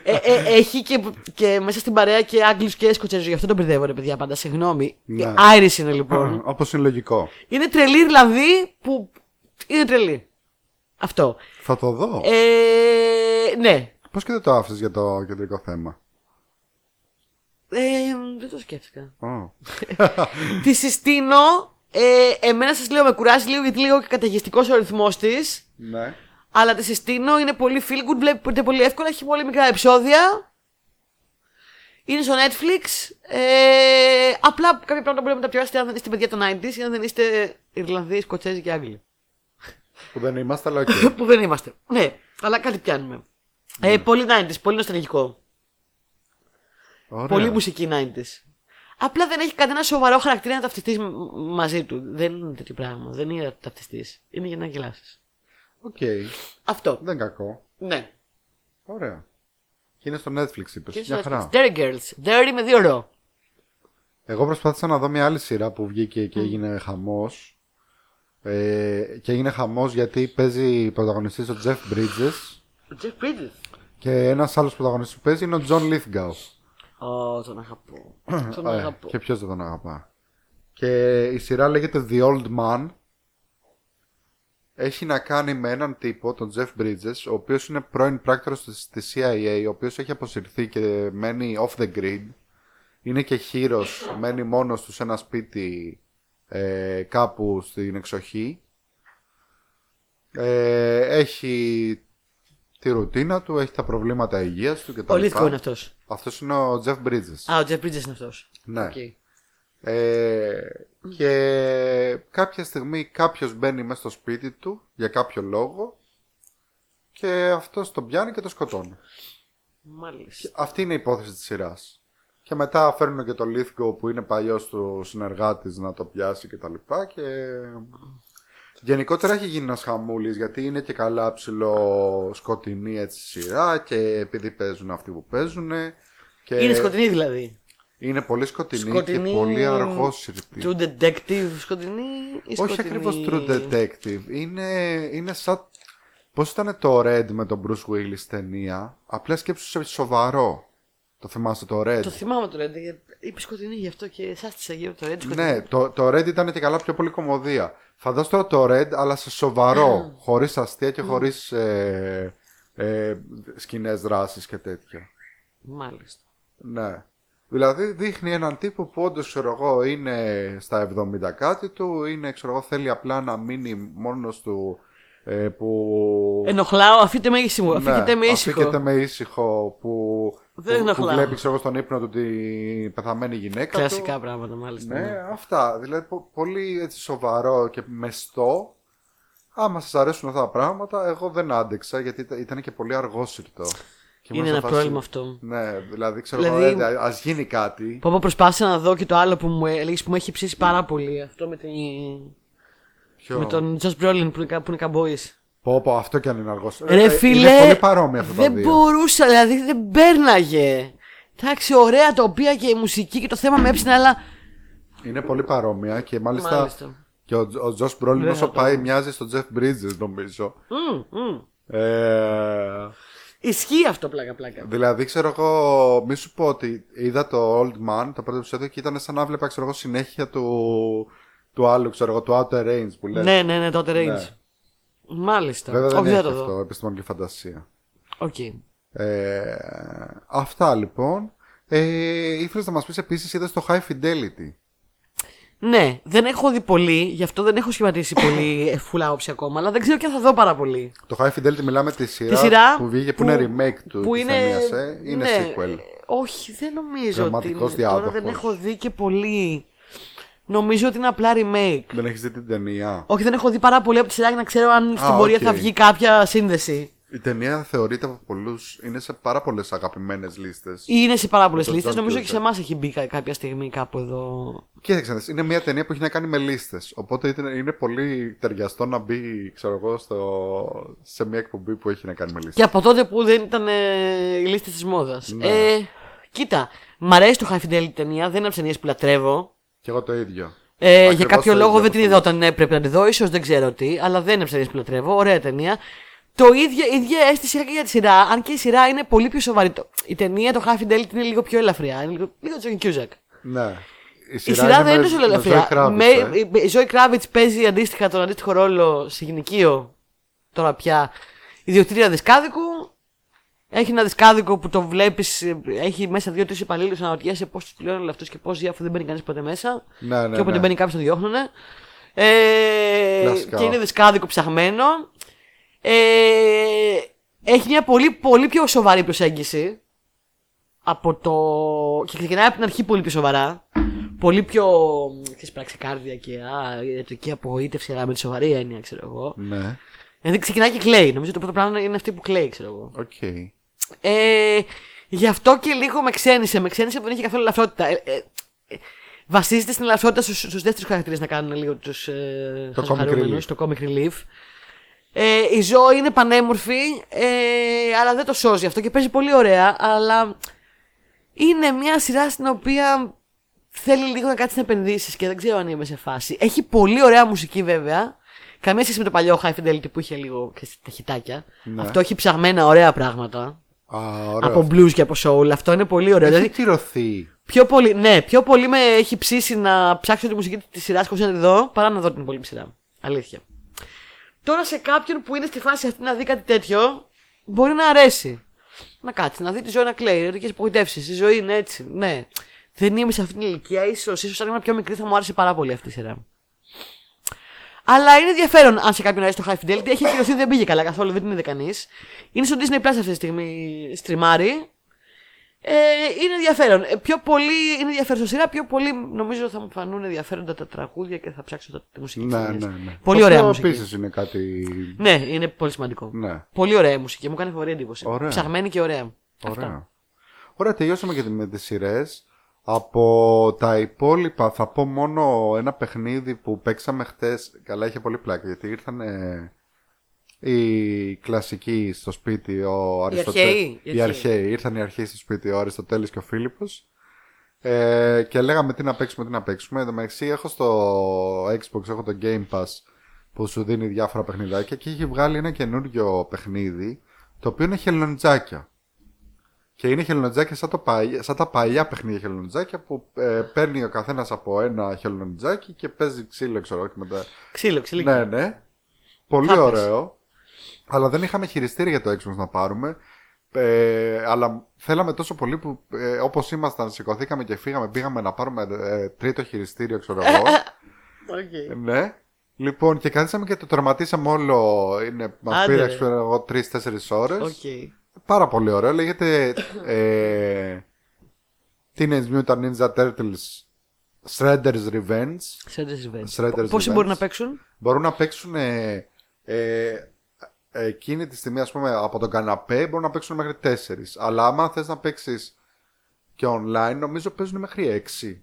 S1: ε, ε, έχει και, και μέσα στην παρέα και Άγγλους και Σκοτσέζους. Γι' αυτό τον μπερδεύω, ρε παιδιά, πάντα. Συγγνώμη.
S2: Ναι.
S1: Άιρις είναι λοιπόν.
S2: Όπως είναι λογικό.
S1: είναι τρελή δηλαδή που. Είναι τρελή. Αυτό.
S2: Θα το δω.
S1: Ε, ναι.
S2: Πώς και δεν το άφησες για το κεντρικό θέμα.
S1: Ε, δεν το σκέφτηκα.
S2: Ω.
S1: Τη συστήνω. Ε, εμένα σας λέω με κουράζει λίγο γιατί λίγο καταιγιστικός ο αριθμό της.
S2: Ναι.
S1: Αλλά τη συστήνω. Είναι πολύ feel good. Βλέπετε πολύ εύκολα. Έχει πολύ μικρά επεισόδια. Είναι στο Netflix. Ε, απλά κάποια πράγματα μπορεί να τα πιάσετε αν δεν είστε παιδιά των 90s ή αν δεν είστε Ιρλανδοί, Σκοτσέζοι και Άγγλοι.
S2: Που δεν είμαστε, αλλά οκ.
S1: που δεν είμαστε. Ναι, αλλά κάτι πιάνουμε.
S2: Ναι.
S1: Ε, πολύ 90s, πολύ νοσταλγικό.
S2: Ωραία.
S1: Πολύ μουσική 90s. Απλά δεν έχει κανένα σοβαρό χαρακτήρα να ταυτιστείς μαζί του. Δεν είναι τέτοιο πράγμα. Δεν είναι να ταυτιστείς. Είναι για να γελάσεις.
S2: Οκ.
S1: Αυτό.
S2: Δεν κακό.
S1: Ναι.
S2: Ωραία. Και είναι στο Netflix, είπες.
S1: Και
S2: Μια
S1: στο
S2: χαρά.
S1: Netflix. Dairy Girls. Dairy με δύο ρο.
S2: Εγώ προσπάθησα να δω μια άλλη σειρά που βγήκε και έγινε χαμός. Ε, και έγινε χαμός γιατί παίζει πρωταγωνιστής ο Jeff Bridges
S1: Ο Jeff Bridges.
S2: και ένας άλλος πρωταγωνιστής που παίζει είναι ο John Lithgow.
S1: Ω, τον αγαπώ. Τον
S2: Ε,
S1: αγαπώ.
S2: Και ποιος δεν τον αγαπά. Και η σειρά λέγεται The Old Man. Έχει να κάνει με έναν τύπο, τον Jeff Bridges, ο οποίος είναι πρώην πράκτορας της, της CIA, ο οποίος έχει αποσυρθεί και μένει off the grid. Είναι και χείρος, μένει μόνος του σε ένα σπίτι ε, κάπου στην εξοχή. Ε, έχει τη ρουτίνα του, έχει τα προβλήματα υγείας του κτλ.
S1: Ο Λίθκο είναι αυτός.
S2: Αυτός είναι ο Jeff Bridges.
S1: Α, ο Jeff Bridges είναι αυτός.
S2: Ναι. Ε, και κάποια στιγμή κάποιος μπαίνει μέσα στο σπίτι του για κάποιο λόγο και αυτός τον πιάνει και τον σκοτώνει.
S1: Μάλιστα.
S2: Αυτή είναι η υπόθεση της σειράς. Και μετά φέρνουν και το Λίθγκο που είναι παλιός του συνεργάτης να το πιάσει και τα λοιπά και... Γενικότερα έχει γίνει ένας χαμούλης γιατί είναι και καλά ψηλό σκοτεινή έτσι σειρά και επειδή παίζουν αυτοί που παίζουν. Και ε,
S1: Είναι σκοτεινή δηλαδή.
S2: είναι πολύ σκοτεινή,
S1: Σκοτεινή-
S2: και πολύ αργόσυρτη.
S1: True detective, σκοτεινή ή σκοτεινή.
S2: Ναι. Όχι ακριβώς True Detective. Είναι, είναι σαν. Πώς ήταν το Red με τον Bruce Willis ταινία. Απλά σκέψου σε σοβαρό. Το θυμάστε το Red.
S1: Το θυμάμαι το Red. γιατί Είπε σκοτεινή γι' αυτό και σάστησα γύρω από το Red. σκοτεινή.
S2: ναι, το, το Red ήταν και καλά πιο πολύ κομμωδία. Θα δώσω τώρα το Red, αλλά σε σοβαρό. χωρίς αστεία και χωρίς ε, ε, σκηνές δράσει και τέτοια.
S1: Μάλιστα.
S2: Ναι. Δηλαδή δείχνει έναν τύπο που όντως ξέρω εγώ είναι στα 70 κάτι του, είναι ξέρω εγώ θέλει απλά να μείνει μόνος του ε, που...
S1: Ενοχλάω, αφήτε με ήσυχο.
S2: Ναι,
S1: Αφήκετε με
S2: αφήκεται
S1: ήσυχο.
S2: με ήσυχο που,
S1: Δεν
S2: που, που
S1: ενοχλάω.
S2: βλέπει ξέρω εγώ στον ύπνο του την πεθαμένη γυναίκα
S1: Κλασικά
S2: του.
S1: πράγματα, μάλιστα. ναι.
S2: Ναι, αυτά. Δηλαδή πο- πολύ έτσι σοβαρό και μεστό. Άμα σας αρέσουν αυτά τα πράγματα, εγώ δεν άντεξα γιατί ήταν- ήταν και πολύ αργόσυρτο. Και ήμουν
S1: Είναι
S2: σε
S1: ένα
S2: φάση-
S1: πρόβλημα αυτό.
S2: ναι, δηλαδή ξέρω
S1: Δηλαδή-
S2: εγώ, ε, ας γίνει κάτι.
S1: Πω πω προσπάθησα να δω και το άλλο που μου έλεγες που μου έχει ψήσει πάρα πολύ. Αυτό με, την...
S2: Ναι. Ποιο...
S1: με τον Τζο Μπρόλιν που είναι, κα- που είναι καμπόης.
S2: Πω, πω, αυτό κι αν είναι αργός.
S1: Ρε φίλε,
S2: Ε, Είναι πολύ παρόμοια αυτά τα
S1: δεν
S2: δύο.
S1: μπορούσα, δηλαδή δεν πέρναγε. Εντάξει, ωραία τοπία και η μουσική και το θέμα με έψινε, αλλά.
S2: Είναι πολύ παρόμοια και μάλιστα.
S1: Μάλιστα.
S2: Και ο, Τζ- ο Τζος Μπρόλιν
S1: Βέβαια,
S2: όσο
S1: το-
S2: πάει μοιάζει στον Τζεφ Μπρίτζε, νομίζω.
S1: Μμ, μμ.
S2: Ε,
S1: Ισχύει αυτό πλάκα-πλάκα.
S2: δηλαδή, ξέρω εγώ, μη σου πω ότι είδα το Old Man, το πρώτο επεισόδιο και ήταν σαν να βλέπα, ξέρω εγώ, συνέχεια του, του άλλου, ξέρω εγώ, του Outer Range που λέει.
S1: Ναι, ναι, ναι, τότε range. Μάλιστα.
S2: Βέβαια δεν
S1: Όχι,
S2: έχει
S1: θα το δω.
S2: αυτό, επιστημονική φαντασία.
S1: Οκ.
S2: Ε, αυτά λοιπόν. Ε, ήθελες να μας πεις επίσης, είδες το High Fidelity.
S1: Ναι, δεν έχω δει πολύ, γι' αυτό δεν έχω σχηματίσει πολύ ε, full άποψη ακόμα, αλλά δεν ξέρω και αν θα δω πάρα πολύ.
S2: Το High Fidelity μιλάμε τη σειρά,
S1: Τη σειρά
S2: που βγήκε, που,
S1: που-
S2: είναι remake του
S1: που
S2: της
S1: είναι-
S2: ταινίας, ε. Είναι
S1: ναι,
S2: sequel.
S1: Όχι, δεν νομίζω ότι
S2: Δραματικός
S1: είναι. Τώρα δεν
S2: διάδοχος.
S1: έχω δει και πολύ. Νομίζω ότι είναι απλά remake.
S2: Δεν έχεις δει την ταινία.
S1: Όχι, δεν έχω δει πάρα πολύ από τη σειρά για να ξέρω αν στην
S2: Α,
S1: πορεία
S2: οκ.
S1: θα βγει κάποια σύνδεση.
S2: Η ταινία θεωρείται από πολλούς, είναι σε πάρα πολλές αγαπημένες λίστες.
S1: Είναι σε πάρα πολλές
S2: τον
S1: λίστες.
S2: John
S1: Νομίζω και
S2: Cusack.
S1: σε εμάς έχει μπει κα- κάποια στιγμή κάπου εδώ.
S2: Κοίταξε, να δεις, είναι μια ταινία που έχει να κάνει με λίστες. Οπότε ήταν- είναι πολύ ταιριαστό να μπει, ξέρω εγώ, στο... σε μια εκπομπή που έχει να κάνει με λίστες.
S1: Και από τότε που δεν ήταν ε, οι λίστες της μόδας.
S2: Ναι.
S1: Ε, κίτα, μ' αρέσει το High Fidelity ταινία, δεν είναι από τις ταινίες που λατρεύω.
S2: Και εγώ το ίδιο.
S1: Ε, για
S2: Ακριβώς
S1: κάποιο
S2: το
S1: λόγο
S2: ίδιο
S1: δεν την
S2: αυτό.
S1: είδα όταν έπρεπε να την δω, ίσως δεν ξέρω τι, αλλά δεν είναι ψευδή που λατρεύω. Ωραία ταινία. Το ίδιο, η ίδια αίσθηση είχα και για τη σειρά, αν και η σειρά είναι πολύ πιο σοβαρή. Το- Η ταινία, το Half Fidelity είναι λίγο πιο ελαφριά. Είναι λίγο, λίγο Τζον Κιούζακ.
S2: Ναι.
S1: Η σειρά δεν είναι τόσο
S2: με- με Zoe
S1: ελαφριά.
S2: Kravitz,
S1: Με-
S2: ε.
S1: η- Η Ζωή Κράβιτ παίζει αντίστοιχα τον αντίστοιχο ρόλο σε γυναικείο τώρα πια ιδιοκτήρια δισκάδικου. Έχει ένα δισκάδικο που το βλέπεις, έχει μέσα δύο-τρει υπαλλήλους να ρωτιέσαι πώς τους πληρώνει όλο αυτό και πώς ζει αφού δεν μπαίνει κανείς ποτέ μέσα.
S2: Ναι, ναι,
S1: και όποτε
S2: ναι.
S1: μπαίνει κάποιος τον διώχνουνε. Ε,
S2: Κλασικά.
S1: και είναι δισκάδικο ψαχμένο. Ε, έχει μια πολύ, πολύ πιο σοβαρή προσέγγιση από το. και ξεκινάει από την αρχή πολύ πιο σοβαρά. Πολύ πιο. ξέρεις, πραξικάρδια και α, ιατρική απογοήτευση, αλλά με τη σοβαρή έννοια, ξέρω εγώ.
S2: Ναι.
S1: Δηλαδή ξεκινάει και κλαίει. Νομίζω το πρώτο πράγμα είναι αυτή που κλαίει, ξέρω εγώ.
S2: Οκ.
S1: Ε, γι' αυτό και λίγο με ξένησε. Με ξένησε που δεν είχε καθόλου ελαφρότητα. Ε, ε, ε, βασίζεται στην ελαφρότητα στους στους δεύτερους χαρακτήρες να κάνουν λίγο τους ε,
S2: Το comic
S1: χαζοχαρούμενους,
S2: relief.
S1: το comic relief. Ε, η ζωή είναι πανέμορφη, ε, αλλά δεν το σώζει αυτό και παίζει πολύ ωραία, αλλά είναι μια σειρά στην οποία θέλει λίγο να κάτσεις να επενδύσεις και δεν ξέρω αν είμαι σε φάση. Έχει πολύ ωραία μουσική βέβαια. Καμία σχέση με το παλιό High Fidelity που είχε λίγο ξέρεις, τα χιτάκια.
S2: Ναι.
S1: Αυτό έχει ψαγμένα ωραία πράγματα.
S2: Α, ωραίο.
S1: Από blues και από soul. Αυτό είναι πολύ ωραίο.
S2: Έχει
S1: δηλαδή,
S2: κυρωθεί.
S1: πιο πολύ, ναι, πιο πολύ με έχει ψήσει να ψάξω τη μουσική της σειράς χωρίς να τη δω παρά να δω την υπόλοιπη σειρά. Αλήθεια. Τώρα σε κάποιον που είναι στη φάση αυτή να δει κάτι τέτοιο, μπορεί να αρέσει. Να κάτσει, να δει τη ζωή να κλαίει. Ερωτικέ απογοητεύσεις. Η ζωή είναι έτσι. Ναι. Δεν είμαι σε αυτήν την ηλικία. ίσως ίσως αν ήμουν πιο μικρή θα μου άρεσε πάρα πολύ αυτή η σειρά. Αλλά είναι ενδιαφέρον αν σε κάποιον αρέσει το High Fidelity. Έχει κυρωθεί, δεν πήγε καλά καθόλου, δεν την είδε κανείς. Είναι στο Disney Plus αυτή τη στιγμή στριμάρει. Ε, είναι ενδιαφέρον. Ε, πιο πολύ είναι ενδιαφέρουσα σειρά, πιο πολύ νομίζω θα μου φανούν ενδιαφέροντα τα τραγούδια και θα ψάξω τα, τη μουσική. της
S2: Ναι,
S1: ταινίας.
S2: ναι, ναι.
S1: Πολύ ωραία μουσική.
S2: Επίσης είναι κάτι.
S1: Ναι, είναι πολύ σημαντικό.
S2: Ναι.
S1: Πολύ ωραία η μουσική, μου κάνει φοβερή εντύπωση.
S2: Ωραία.
S1: Ψαγμένη και ωραία. Αυτά.
S2: Ωραία. Ωραία, τελειώσαμε και με τις σειρές. Από τα υπόλοιπα θα πω μόνο ένα παιχνίδι που παίξαμε χτες Καλά, είχε πολύ πλάκα γιατί ήρθαν ε, οι κλασικοί στο σπίτι, ο Αριστοτέλης.
S1: αρχαίοι, οι
S2: Οι αρχαίοι. Ήρθαν οι αρχαίοι στο σπίτι, ο Αριστοτέλης και ο Φίλιππος. Ε, και λέγαμε τι να παίξουμε, τι να παίξουμε. Εν τω μεταξύ, έχω στο Xbox, έχω το Game Pass που σου δίνει διάφορα παιχνιδάκια και έχει βγάλει ένα καινούριο παιχνίδι το οποίο είναι χελονιτζάκια. Και είναι χελονιτζάκια σαν, το παλι- σαν τα παλιά παιχνίδια χελονιτζάκια που ε, παίρνει ο καθένας από ένα χελονιτζάκι και παίζει ξύλο, ξέρω εγώ, και μετά.
S1: Ξύλο, ξύλο.
S2: Ναι, ναι. Πολύ
S1: Θάπες.
S2: ωραίο. Αλλά δεν είχαμε χειριστήρια για το Xbox να πάρουμε. Ε, αλλά θέλαμε τόσο πολύ που ε, όπως ήμασταν σηκωθήκαμε και φύγαμε πήγαμε να πάρουμε ε, τρίτο χειριστήριο ξέρω εγώ
S1: Οκ.
S2: ναι. Λοιπόν, και καθίσαμε και το τερματίσαμε όλο. Είναι, μας
S1: Άντε,
S2: πήρε,
S1: ρε.
S2: ξέρω εγώ, τρει-τέσσερι ώρες.
S1: Οκ.
S2: Πάρα πολύ ωραίο. Λέγεται. Ε, Teenage Mutant Ninja Turtles Shredder's Revenge.
S1: Shredder's Revenge.
S2: Shredder's
S1: Πόσοι
S2: Revenge.
S1: μπορούν να παίξουν.
S2: Μπορούν να παίξουν ε, ε, εκείνη τη στιγμή, ας πούμε, από τον καναπέ μπορούν να παίξουν μέχρι τέσσερις Αλλά άμα θες να παίξεις και online, νομίζω παίζουν μέχρι έξι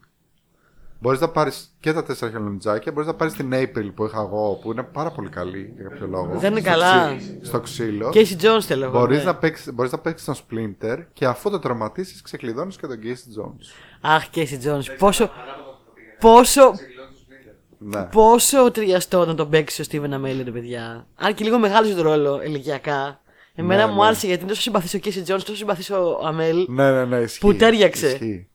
S2: Μπορείς να πάρεις και τα τέσσερα χελονιτζάκια, μπορείς να πάρεις την April που είχα εγώ, που είναι πάρα πολύ καλή για κάποιο λόγο.
S1: Δεν είναι
S2: στο
S1: καλά.
S2: ξύ- στο ξύλο.
S1: Casey Jones θέλω εγώ.
S2: Μπορείς,
S1: ναι.
S2: να παίξεις, μπορείς να παίξεις τον Splinter και αφού το τραυματίσεις ξεκλειδώνεις και τον Casey Jones.
S1: Αχ, Casey Jones. Πόσο. Πόσο.
S2: Ναι.
S1: Πόσο τριαστό να τον παίξει ο Steven Amell, ρε παιδιά. Αν και λίγο μεγάλο τον ρόλο ηλικιακά. Εμένα
S2: Ναι,
S1: μου
S2: ναι.
S1: άρεσε γιατί είναι τόσο συμπαθής ο Casey Jones, τόσο συμπαθής ο Αμέλ.
S2: Ναι, ναι, ναι, ισχύει.
S1: Που τέριαξε.
S2: Ισχύει.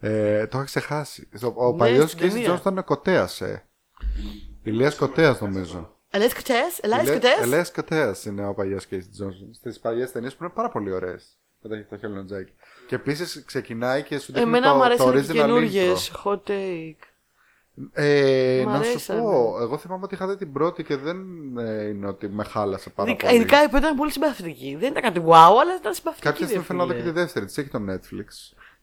S2: Ε, το είχα ξεχάσει. Στο- Ο
S1: Ναι,
S2: παλιό
S1: στην
S2: Casey
S1: ταινία.
S2: Jones ήταν κοτέας, ε. Ηλίας Κοτέας, νομίζω.
S1: Ελές κουτέ, ελά κουτέ.
S2: Ηλία Κοτέας είναι ο παλιός Casey Jones. Στις παλιές ταινίες που είναι πάρα πολύ ωραίες. Με τα- το χελονοτζάκι. Και επίσης ξεκινάει και σου δείχνει
S1: Εμένα
S2: το,
S1: μου αρέσουν
S2: το
S1: και
S2: original
S1: καινούργιες.
S2: intro.
S1: Hot take.
S2: Ε,
S1: Μ'
S2: να σου
S1: αρέσανε.
S2: πω, εγώ θυμάμαι ότι είχα δει την πρώτη και δεν ε, είναι ότι με χάλασε πάρα
S1: Ειδικά-
S2: πολύ.
S1: Ειδικά η πρώτη ήταν πολύ συμπαθητική. Δεν ήταν κάτι wow, αλλά ήταν συμπαθητική.
S2: Κάποια
S1: ρε
S2: στιγμή θέλω να δω και
S1: φίλε.
S2: τη δεύτερη. Της έχει το Netflix.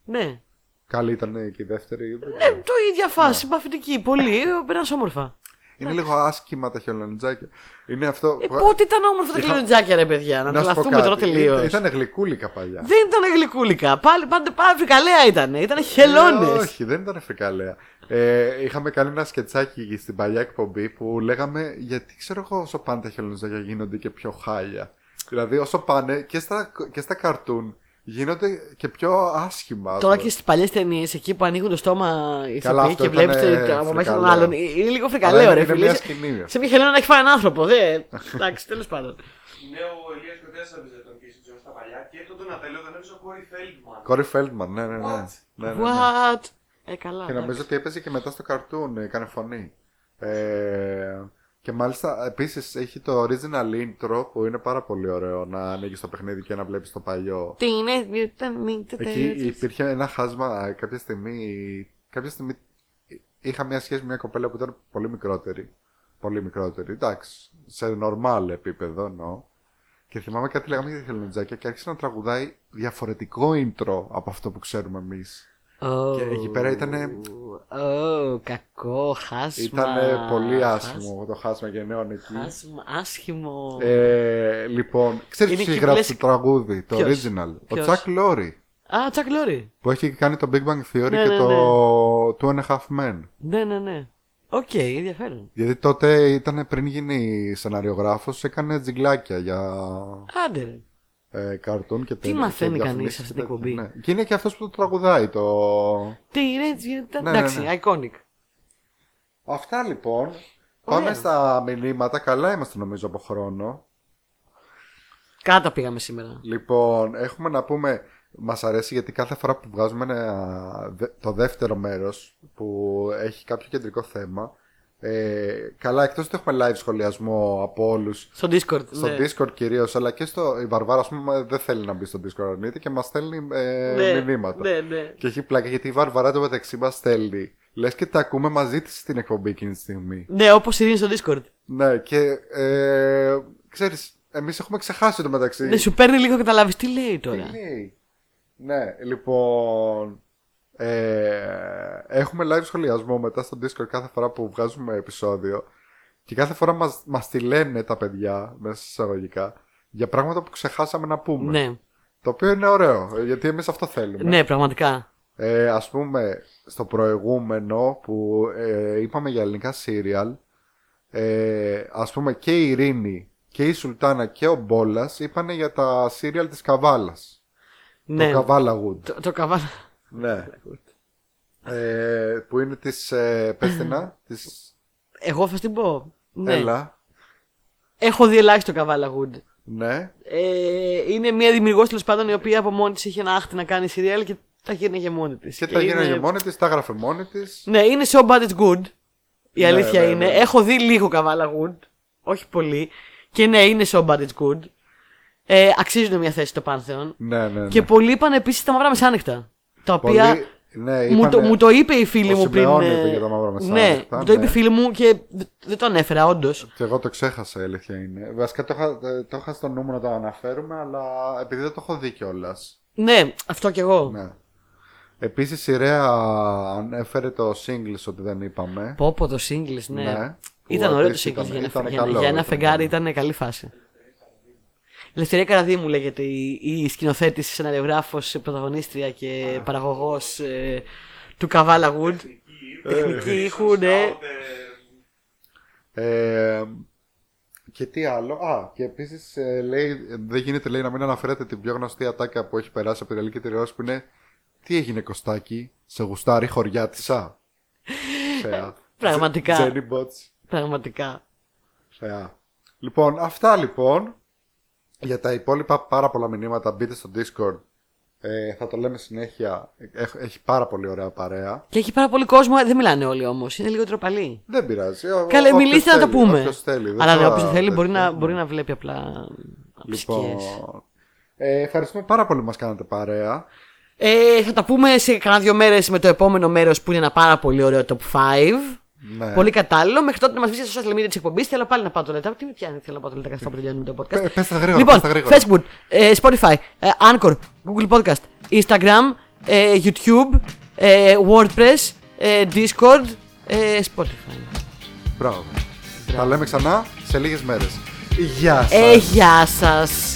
S1: Ναι.
S2: Καλή ήταν και η δεύτερη. δεν
S1: Ε,
S2: ξέρω.
S1: το ίδια
S2: Ναι.
S1: φάση, συμπαθητική. Πολύ, πέρασε όμορφα.
S2: είναι λίγο άσχημα τα χελονιτζάκια. Είναι αυτό.
S1: Ε, πότε ήταν όμορφα τα
S2: Είχα-
S1: κλειοντζάκια, ρε παιδιά, να τρελαθούμε τώρα τελείως.
S2: ε, Ήταν γλυκούλικα παλιά.
S1: Δεν ήταν γλυκούλικα. Πάλι πάντα πάρα φρικαλέα ήταν. ε, Ήταν χελώνε.
S2: Ε, Όχι, δεν ήταν φρικαλέα. Ε, είχαμε κάνει ένα σκετσάκι στην παλιά εκπομπή που λέγαμε γιατί ξέρω εγώ όσο πάνε τα χελονιτζάκια γίνονται και πιο χάλια. Δηλαδή όσο πάνε και στα, και στα καρτούν γίνονται και πιο άσχημα.
S1: Τώρα και στις παλιές ταινίες, εκεί που ανοίγουν το στόμα οι ηθοποιοί
S2: Καλά, αυτό
S1: και βλέπεις
S2: ήτανε
S1: το μέσα τον
S2: φρικαλέο.
S1: άλλον. Ε, Είναι λίγο
S2: Αλλά
S1: φρικαλέο, ρε
S2: είναι
S1: φίλε.
S2: μια
S1: Σε-
S2: σκηνή.
S1: Σε μια χελώνα να έχει φάει έναν άνθρωπο, δε. Εντάξει, τέλος πάντων.
S3: Ναι, ο Ελίας Κοντέας έπαιζε τον Κίσι Τζον στα παλιά και τον Ντονατέλο τον έπαιζε ο Κόρι Φέλντμαν.
S2: Κόρη Φέλτμαν, ναι, ναι, ναι.
S3: What?
S2: ναι, ναι, ναι.
S1: What? Ε, καλά.
S2: Και νομίζω ότι έπαιζε και μετά στο καρτούν, έκανε φωνή. Ε, και μάλιστα επίσης έχει το original intro που είναι πάρα πολύ ωραίο να ανοίγεις το παιχνίδι και να βλέπεις το παλιό.
S1: Τι είναι, ήταν
S2: Εκεί υπήρχε ένα χάσμα ε, κάποια στιγμή. Κάποια στιγμή είχα μια σχέση με μια κοπέλα που ήταν πολύ μικρότερη. Πολύ μικρότερη, εντάξει. Σε normal επίπεδο εννοώ. Και θυμάμαι κάτι λέγαμε για τη Χελμιτζάκια και άρχισε να τραγουδάει διαφορετικό intro από αυτό που ξέρουμε εμείς.
S1: Oh.
S2: Και εκεί πέρα ήτανε-
S1: Oh, κακό, χάσμα.
S2: Ήταν ε, πολύ άσχημο το χάσμα γενναίων εκεί.
S1: Χάσμα, άσχημο.
S2: Ε, λοιπόν, ξέρεις
S1: Είναι
S2: ποιος
S1: εκεί που
S2: έχει γράψει
S1: λες-
S2: το τραγούδι, το
S1: Ποιος?
S2: original. Ο
S1: Ποιος?
S2: Τσακ Λόρι.
S1: Α, Τσακ Λόρι.
S2: Που έχει κάνει το Big Bang Theory
S1: Ναι,
S2: και
S1: ναι,
S2: το
S1: ναι.
S2: Two and a Half Men.
S1: Ναι, ναι, ναι. Οκ, ενδιαφέρον.
S2: Γιατί τότε ήταν πριν γίνει σεναριογράφος, έκανε τζιγκλάκια για
S1: Άντε. ρε.
S2: ε, καρτούν και τέτοια.
S1: μαθαίνει
S2: και
S1: κανείς
S2: διαφημίσεις
S1: σε αυτή
S2: και
S1: την
S2: τέτοια,
S1: εκπομπή?
S2: ναι. Και είναι και αυτός που το τραγουδάει το...
S1: Τι είναι, έτσι, ήταν-
S2: Ναι, ναι,
S1: εντάξει,
S2: ναι.
S1: iconic.
S2: Αυτά λοιπόν. Πάμε στα μηνύματα. Καλά είμαστε νομίζω από χρόνο.
S1: Κάτα πήγαμε σήμερα.
S2: Λοιπόν, έχουμε να πούμε. Μας αρέσει γιατί κάθε φορά που βγάζουμε ένα, δε- το δεύτερο μέρος που έχει κάποιο κεντρικό θέμα. Ε, καλά, εκτός ότι έχουμε live σχολιασμό από όλους.
S1: Στο Discord.
S2: Στο
S1: ναι.
S2: Discord κυρίως, αλλά και στο. Η Βαρβάρα, ας πούμε, δεν θέλει να μπει στο Discord αρνείται και μας στέλνει ε,
S1: Ναι,
S2: μηνύματα.
S1: Ναι, ναι.
S2: Και έχει πλάκα γιατί η Βαρβάρα το μεταξύ μας στέλνει. Λες και τα ακούμε μαζί της στην εκπομπή εκείνη τη στιγμή.
S1: Ναι, όπως η Ειρήνη στο Discord.
S2: Ναι, και. Ε, ξέρεις, εμείς έχουμε ξεχάσει το μεταξύ.
S1: Ναι, σου παίρνει λίγο καταλάβεις τι λέει τώρα.
S2: Ναι. Ναι, λοιπόν. Ε, έχουμε live σχολιασμό μετά στο Discord κάθε φορά που βγάζουμε επεισόδιο. Και κάθε φορά μας, μας τη λένε τα παιδιά, μέσα σε εισαγωγικά, για πράγματα που ξεχάσαμε να πούμε.
S1: Ναι,
S2: Το οποίο είναι ωραίο, ε, γιατί εμείς αυτό θέλουμε.
S1: ναι, πραγματικά.
S2: Ε, ας πούμε, στο προηγούμενο που ε, είπαμε για ελληνικά σύριαλ, ε, ας πούμε και η Ειρήνη και η Σουλτάνα και ο Μπόλας είπανε για τα σύριαλ της Καβάλας.
S1: Ναι.
S2: Το Καβάλαγουντ.
S1: Το, το καβάλα.
S2: Ναι. Ε, που είναι της ε, Πέστηνα, της
S1: Εγώ θα την πω. Ναι.
S2: Έλα.
S1: Έχω δει ελάχιστο καβάλα Wood.
S2: Ναι.
S1: Ε, είναι μια δημιουργός τέλος πάντων η οποία από μόνη της είχε ένα άχτη να κάνει σιριέλ και τα γίνεγε μόνη της.
S2: Και τα γίνανε μόνη της, τα έγραφε μόνη της.
S1: Ναι, είναι so bad it's good. Η
S2: Ναι,
S1: αλήθεια
S2: ναι,
S1: είναι.
S2: ναι.
S1: Έχω δει λίγο καβάλα good. Όχι πολύ. Και ναι, είναι so bad it's good. Ε, αξίζουν μια θέση στο Πάνθεον.
S2: Ναι, ναι, ναι.
S1: Και πολλοί είπαν επίσης τα μαύρα μεσάνυχτα. Τα
S2: Πολλοί-
S1: οποία.
S2: ναι,
S1: Μου, το,
S2: είπανε-
S1: μου το είπε η φίλη
S2: ο
S1: μου πριν.
S2: Σιμεών
S1: ε,
S2: είπε για τα μαύρα
S1: ναι,
S2: μεσάνυχτα,
S1: μου το είπε η
S2: ναι.
S1: φίλη μου και δε- δεν το ανέφερα, όντως.
S2: Και εγώ το ξέχασα, η αλήθεια είναι. Βασικά το είχα, το είχα στο νου μου να το αναφέρουμε, αλλά επειδή δεν το έχω δει κιόλας.
S1: Ναι, αυτό κι εγώ.
S2: Ναι. Επίσης η Ρέα ανέφερε το singles ότι δεν είπαμε.
S1: Πω πω το singles, ναι.
S2: Ναι, που
S1: Ήταν ωραίο το
S2: επίσης
S1: singles
S2: ήταν-
S1: για,
S2: ήταν
S1: ένα, για,
S2: καλό,
S1: για ένα
S2: ήταν
S1: φεγγάρι,
S2: καλό.
S1: ήταν καλή φάση. Ελευθερία Καραδίμου λέγεται η, η σκηνοθέτης, σεναριογράφος, πρωταγωνίστρια και παραγωγός ε, του Καβάλα Wood. Τεχνική ήχου, ναι.
S2: Ε, και τι άλλο. Α, και επίσης λέει, δεν γίνεται λέει, να μην αναφέρετε την πιο γνωστή ατάκα που έχει περάσει από την ελληνική τηλεόραση που είναι Τι έγινε Κωστάκι, σε γουστάρει χωριάτισα. Θεά.
S1: Πραγματικά.
S2: Τζένι Μπότς.
S1: Πραγματικά.
S2: Θεά. Λοιπόν, αυτά λοιπόν. Για τα υπόλοιπα πάρα πολλά μηνύματα μπείτε στο Discord. Ε, θα το λέμε συνέχεια. Έχ- έχει πάρα πολύ ωραία παρέα.
S1: Και έχει πάρα πολύ κόσμο, ε, δεν μιλάνε όλοι όμως, είναι λίγο τροπαλοί.
S2: Δεν πειράζει. Ο-
S1: Καλά,
S2: όποιος
S1: μιλήστε να τα
S2: θέλει,
S1: πούμε.
S2: όποιος θέλει. Δεν
S1: Αλλά ναι,
S2: θα-
S1: όποιος δεν θέλει μπορεί
S2: τέτοιο.
S1: να, μπορεί να βλέπει απλά
S2: Λοιπόν,
S1: ψυχές.
S2: ε, ευχαριστούμε πάρα πολύ που μας κάνατε παρέα.
S1: Ε, θα τα πούμε σε κανένα δύο μέρες με το επόμενο μέρος που είναι ένα πάρα πολύ ωραίο top 5.
S2: Ναι.
S1: Πολύ κατάλληλο. Μέχρι τότε να μας βγει στο social media της εκπομπής. Θέλω πάλι να πάω το λεπτά. Τι με πιάνει, θέλω να πάω το λεπτά καθόλου που τελειώνουμε το podcast.
S2: Πε- πες τα γρήγορα,
S1: Λοιπόν,
S2: πες τα γρήγορα.
S1: Facebook, ε, Spotify, ε, Anchor, Google Podcast, Instagram, ε, YouTube, ε, WordPress, ε, Discord, ε, Spotify.
S2: Μπράβο. Τα λέμε ξανά σε λίγες μέρες. Γεια σας.
S1: Ε, γεια σας!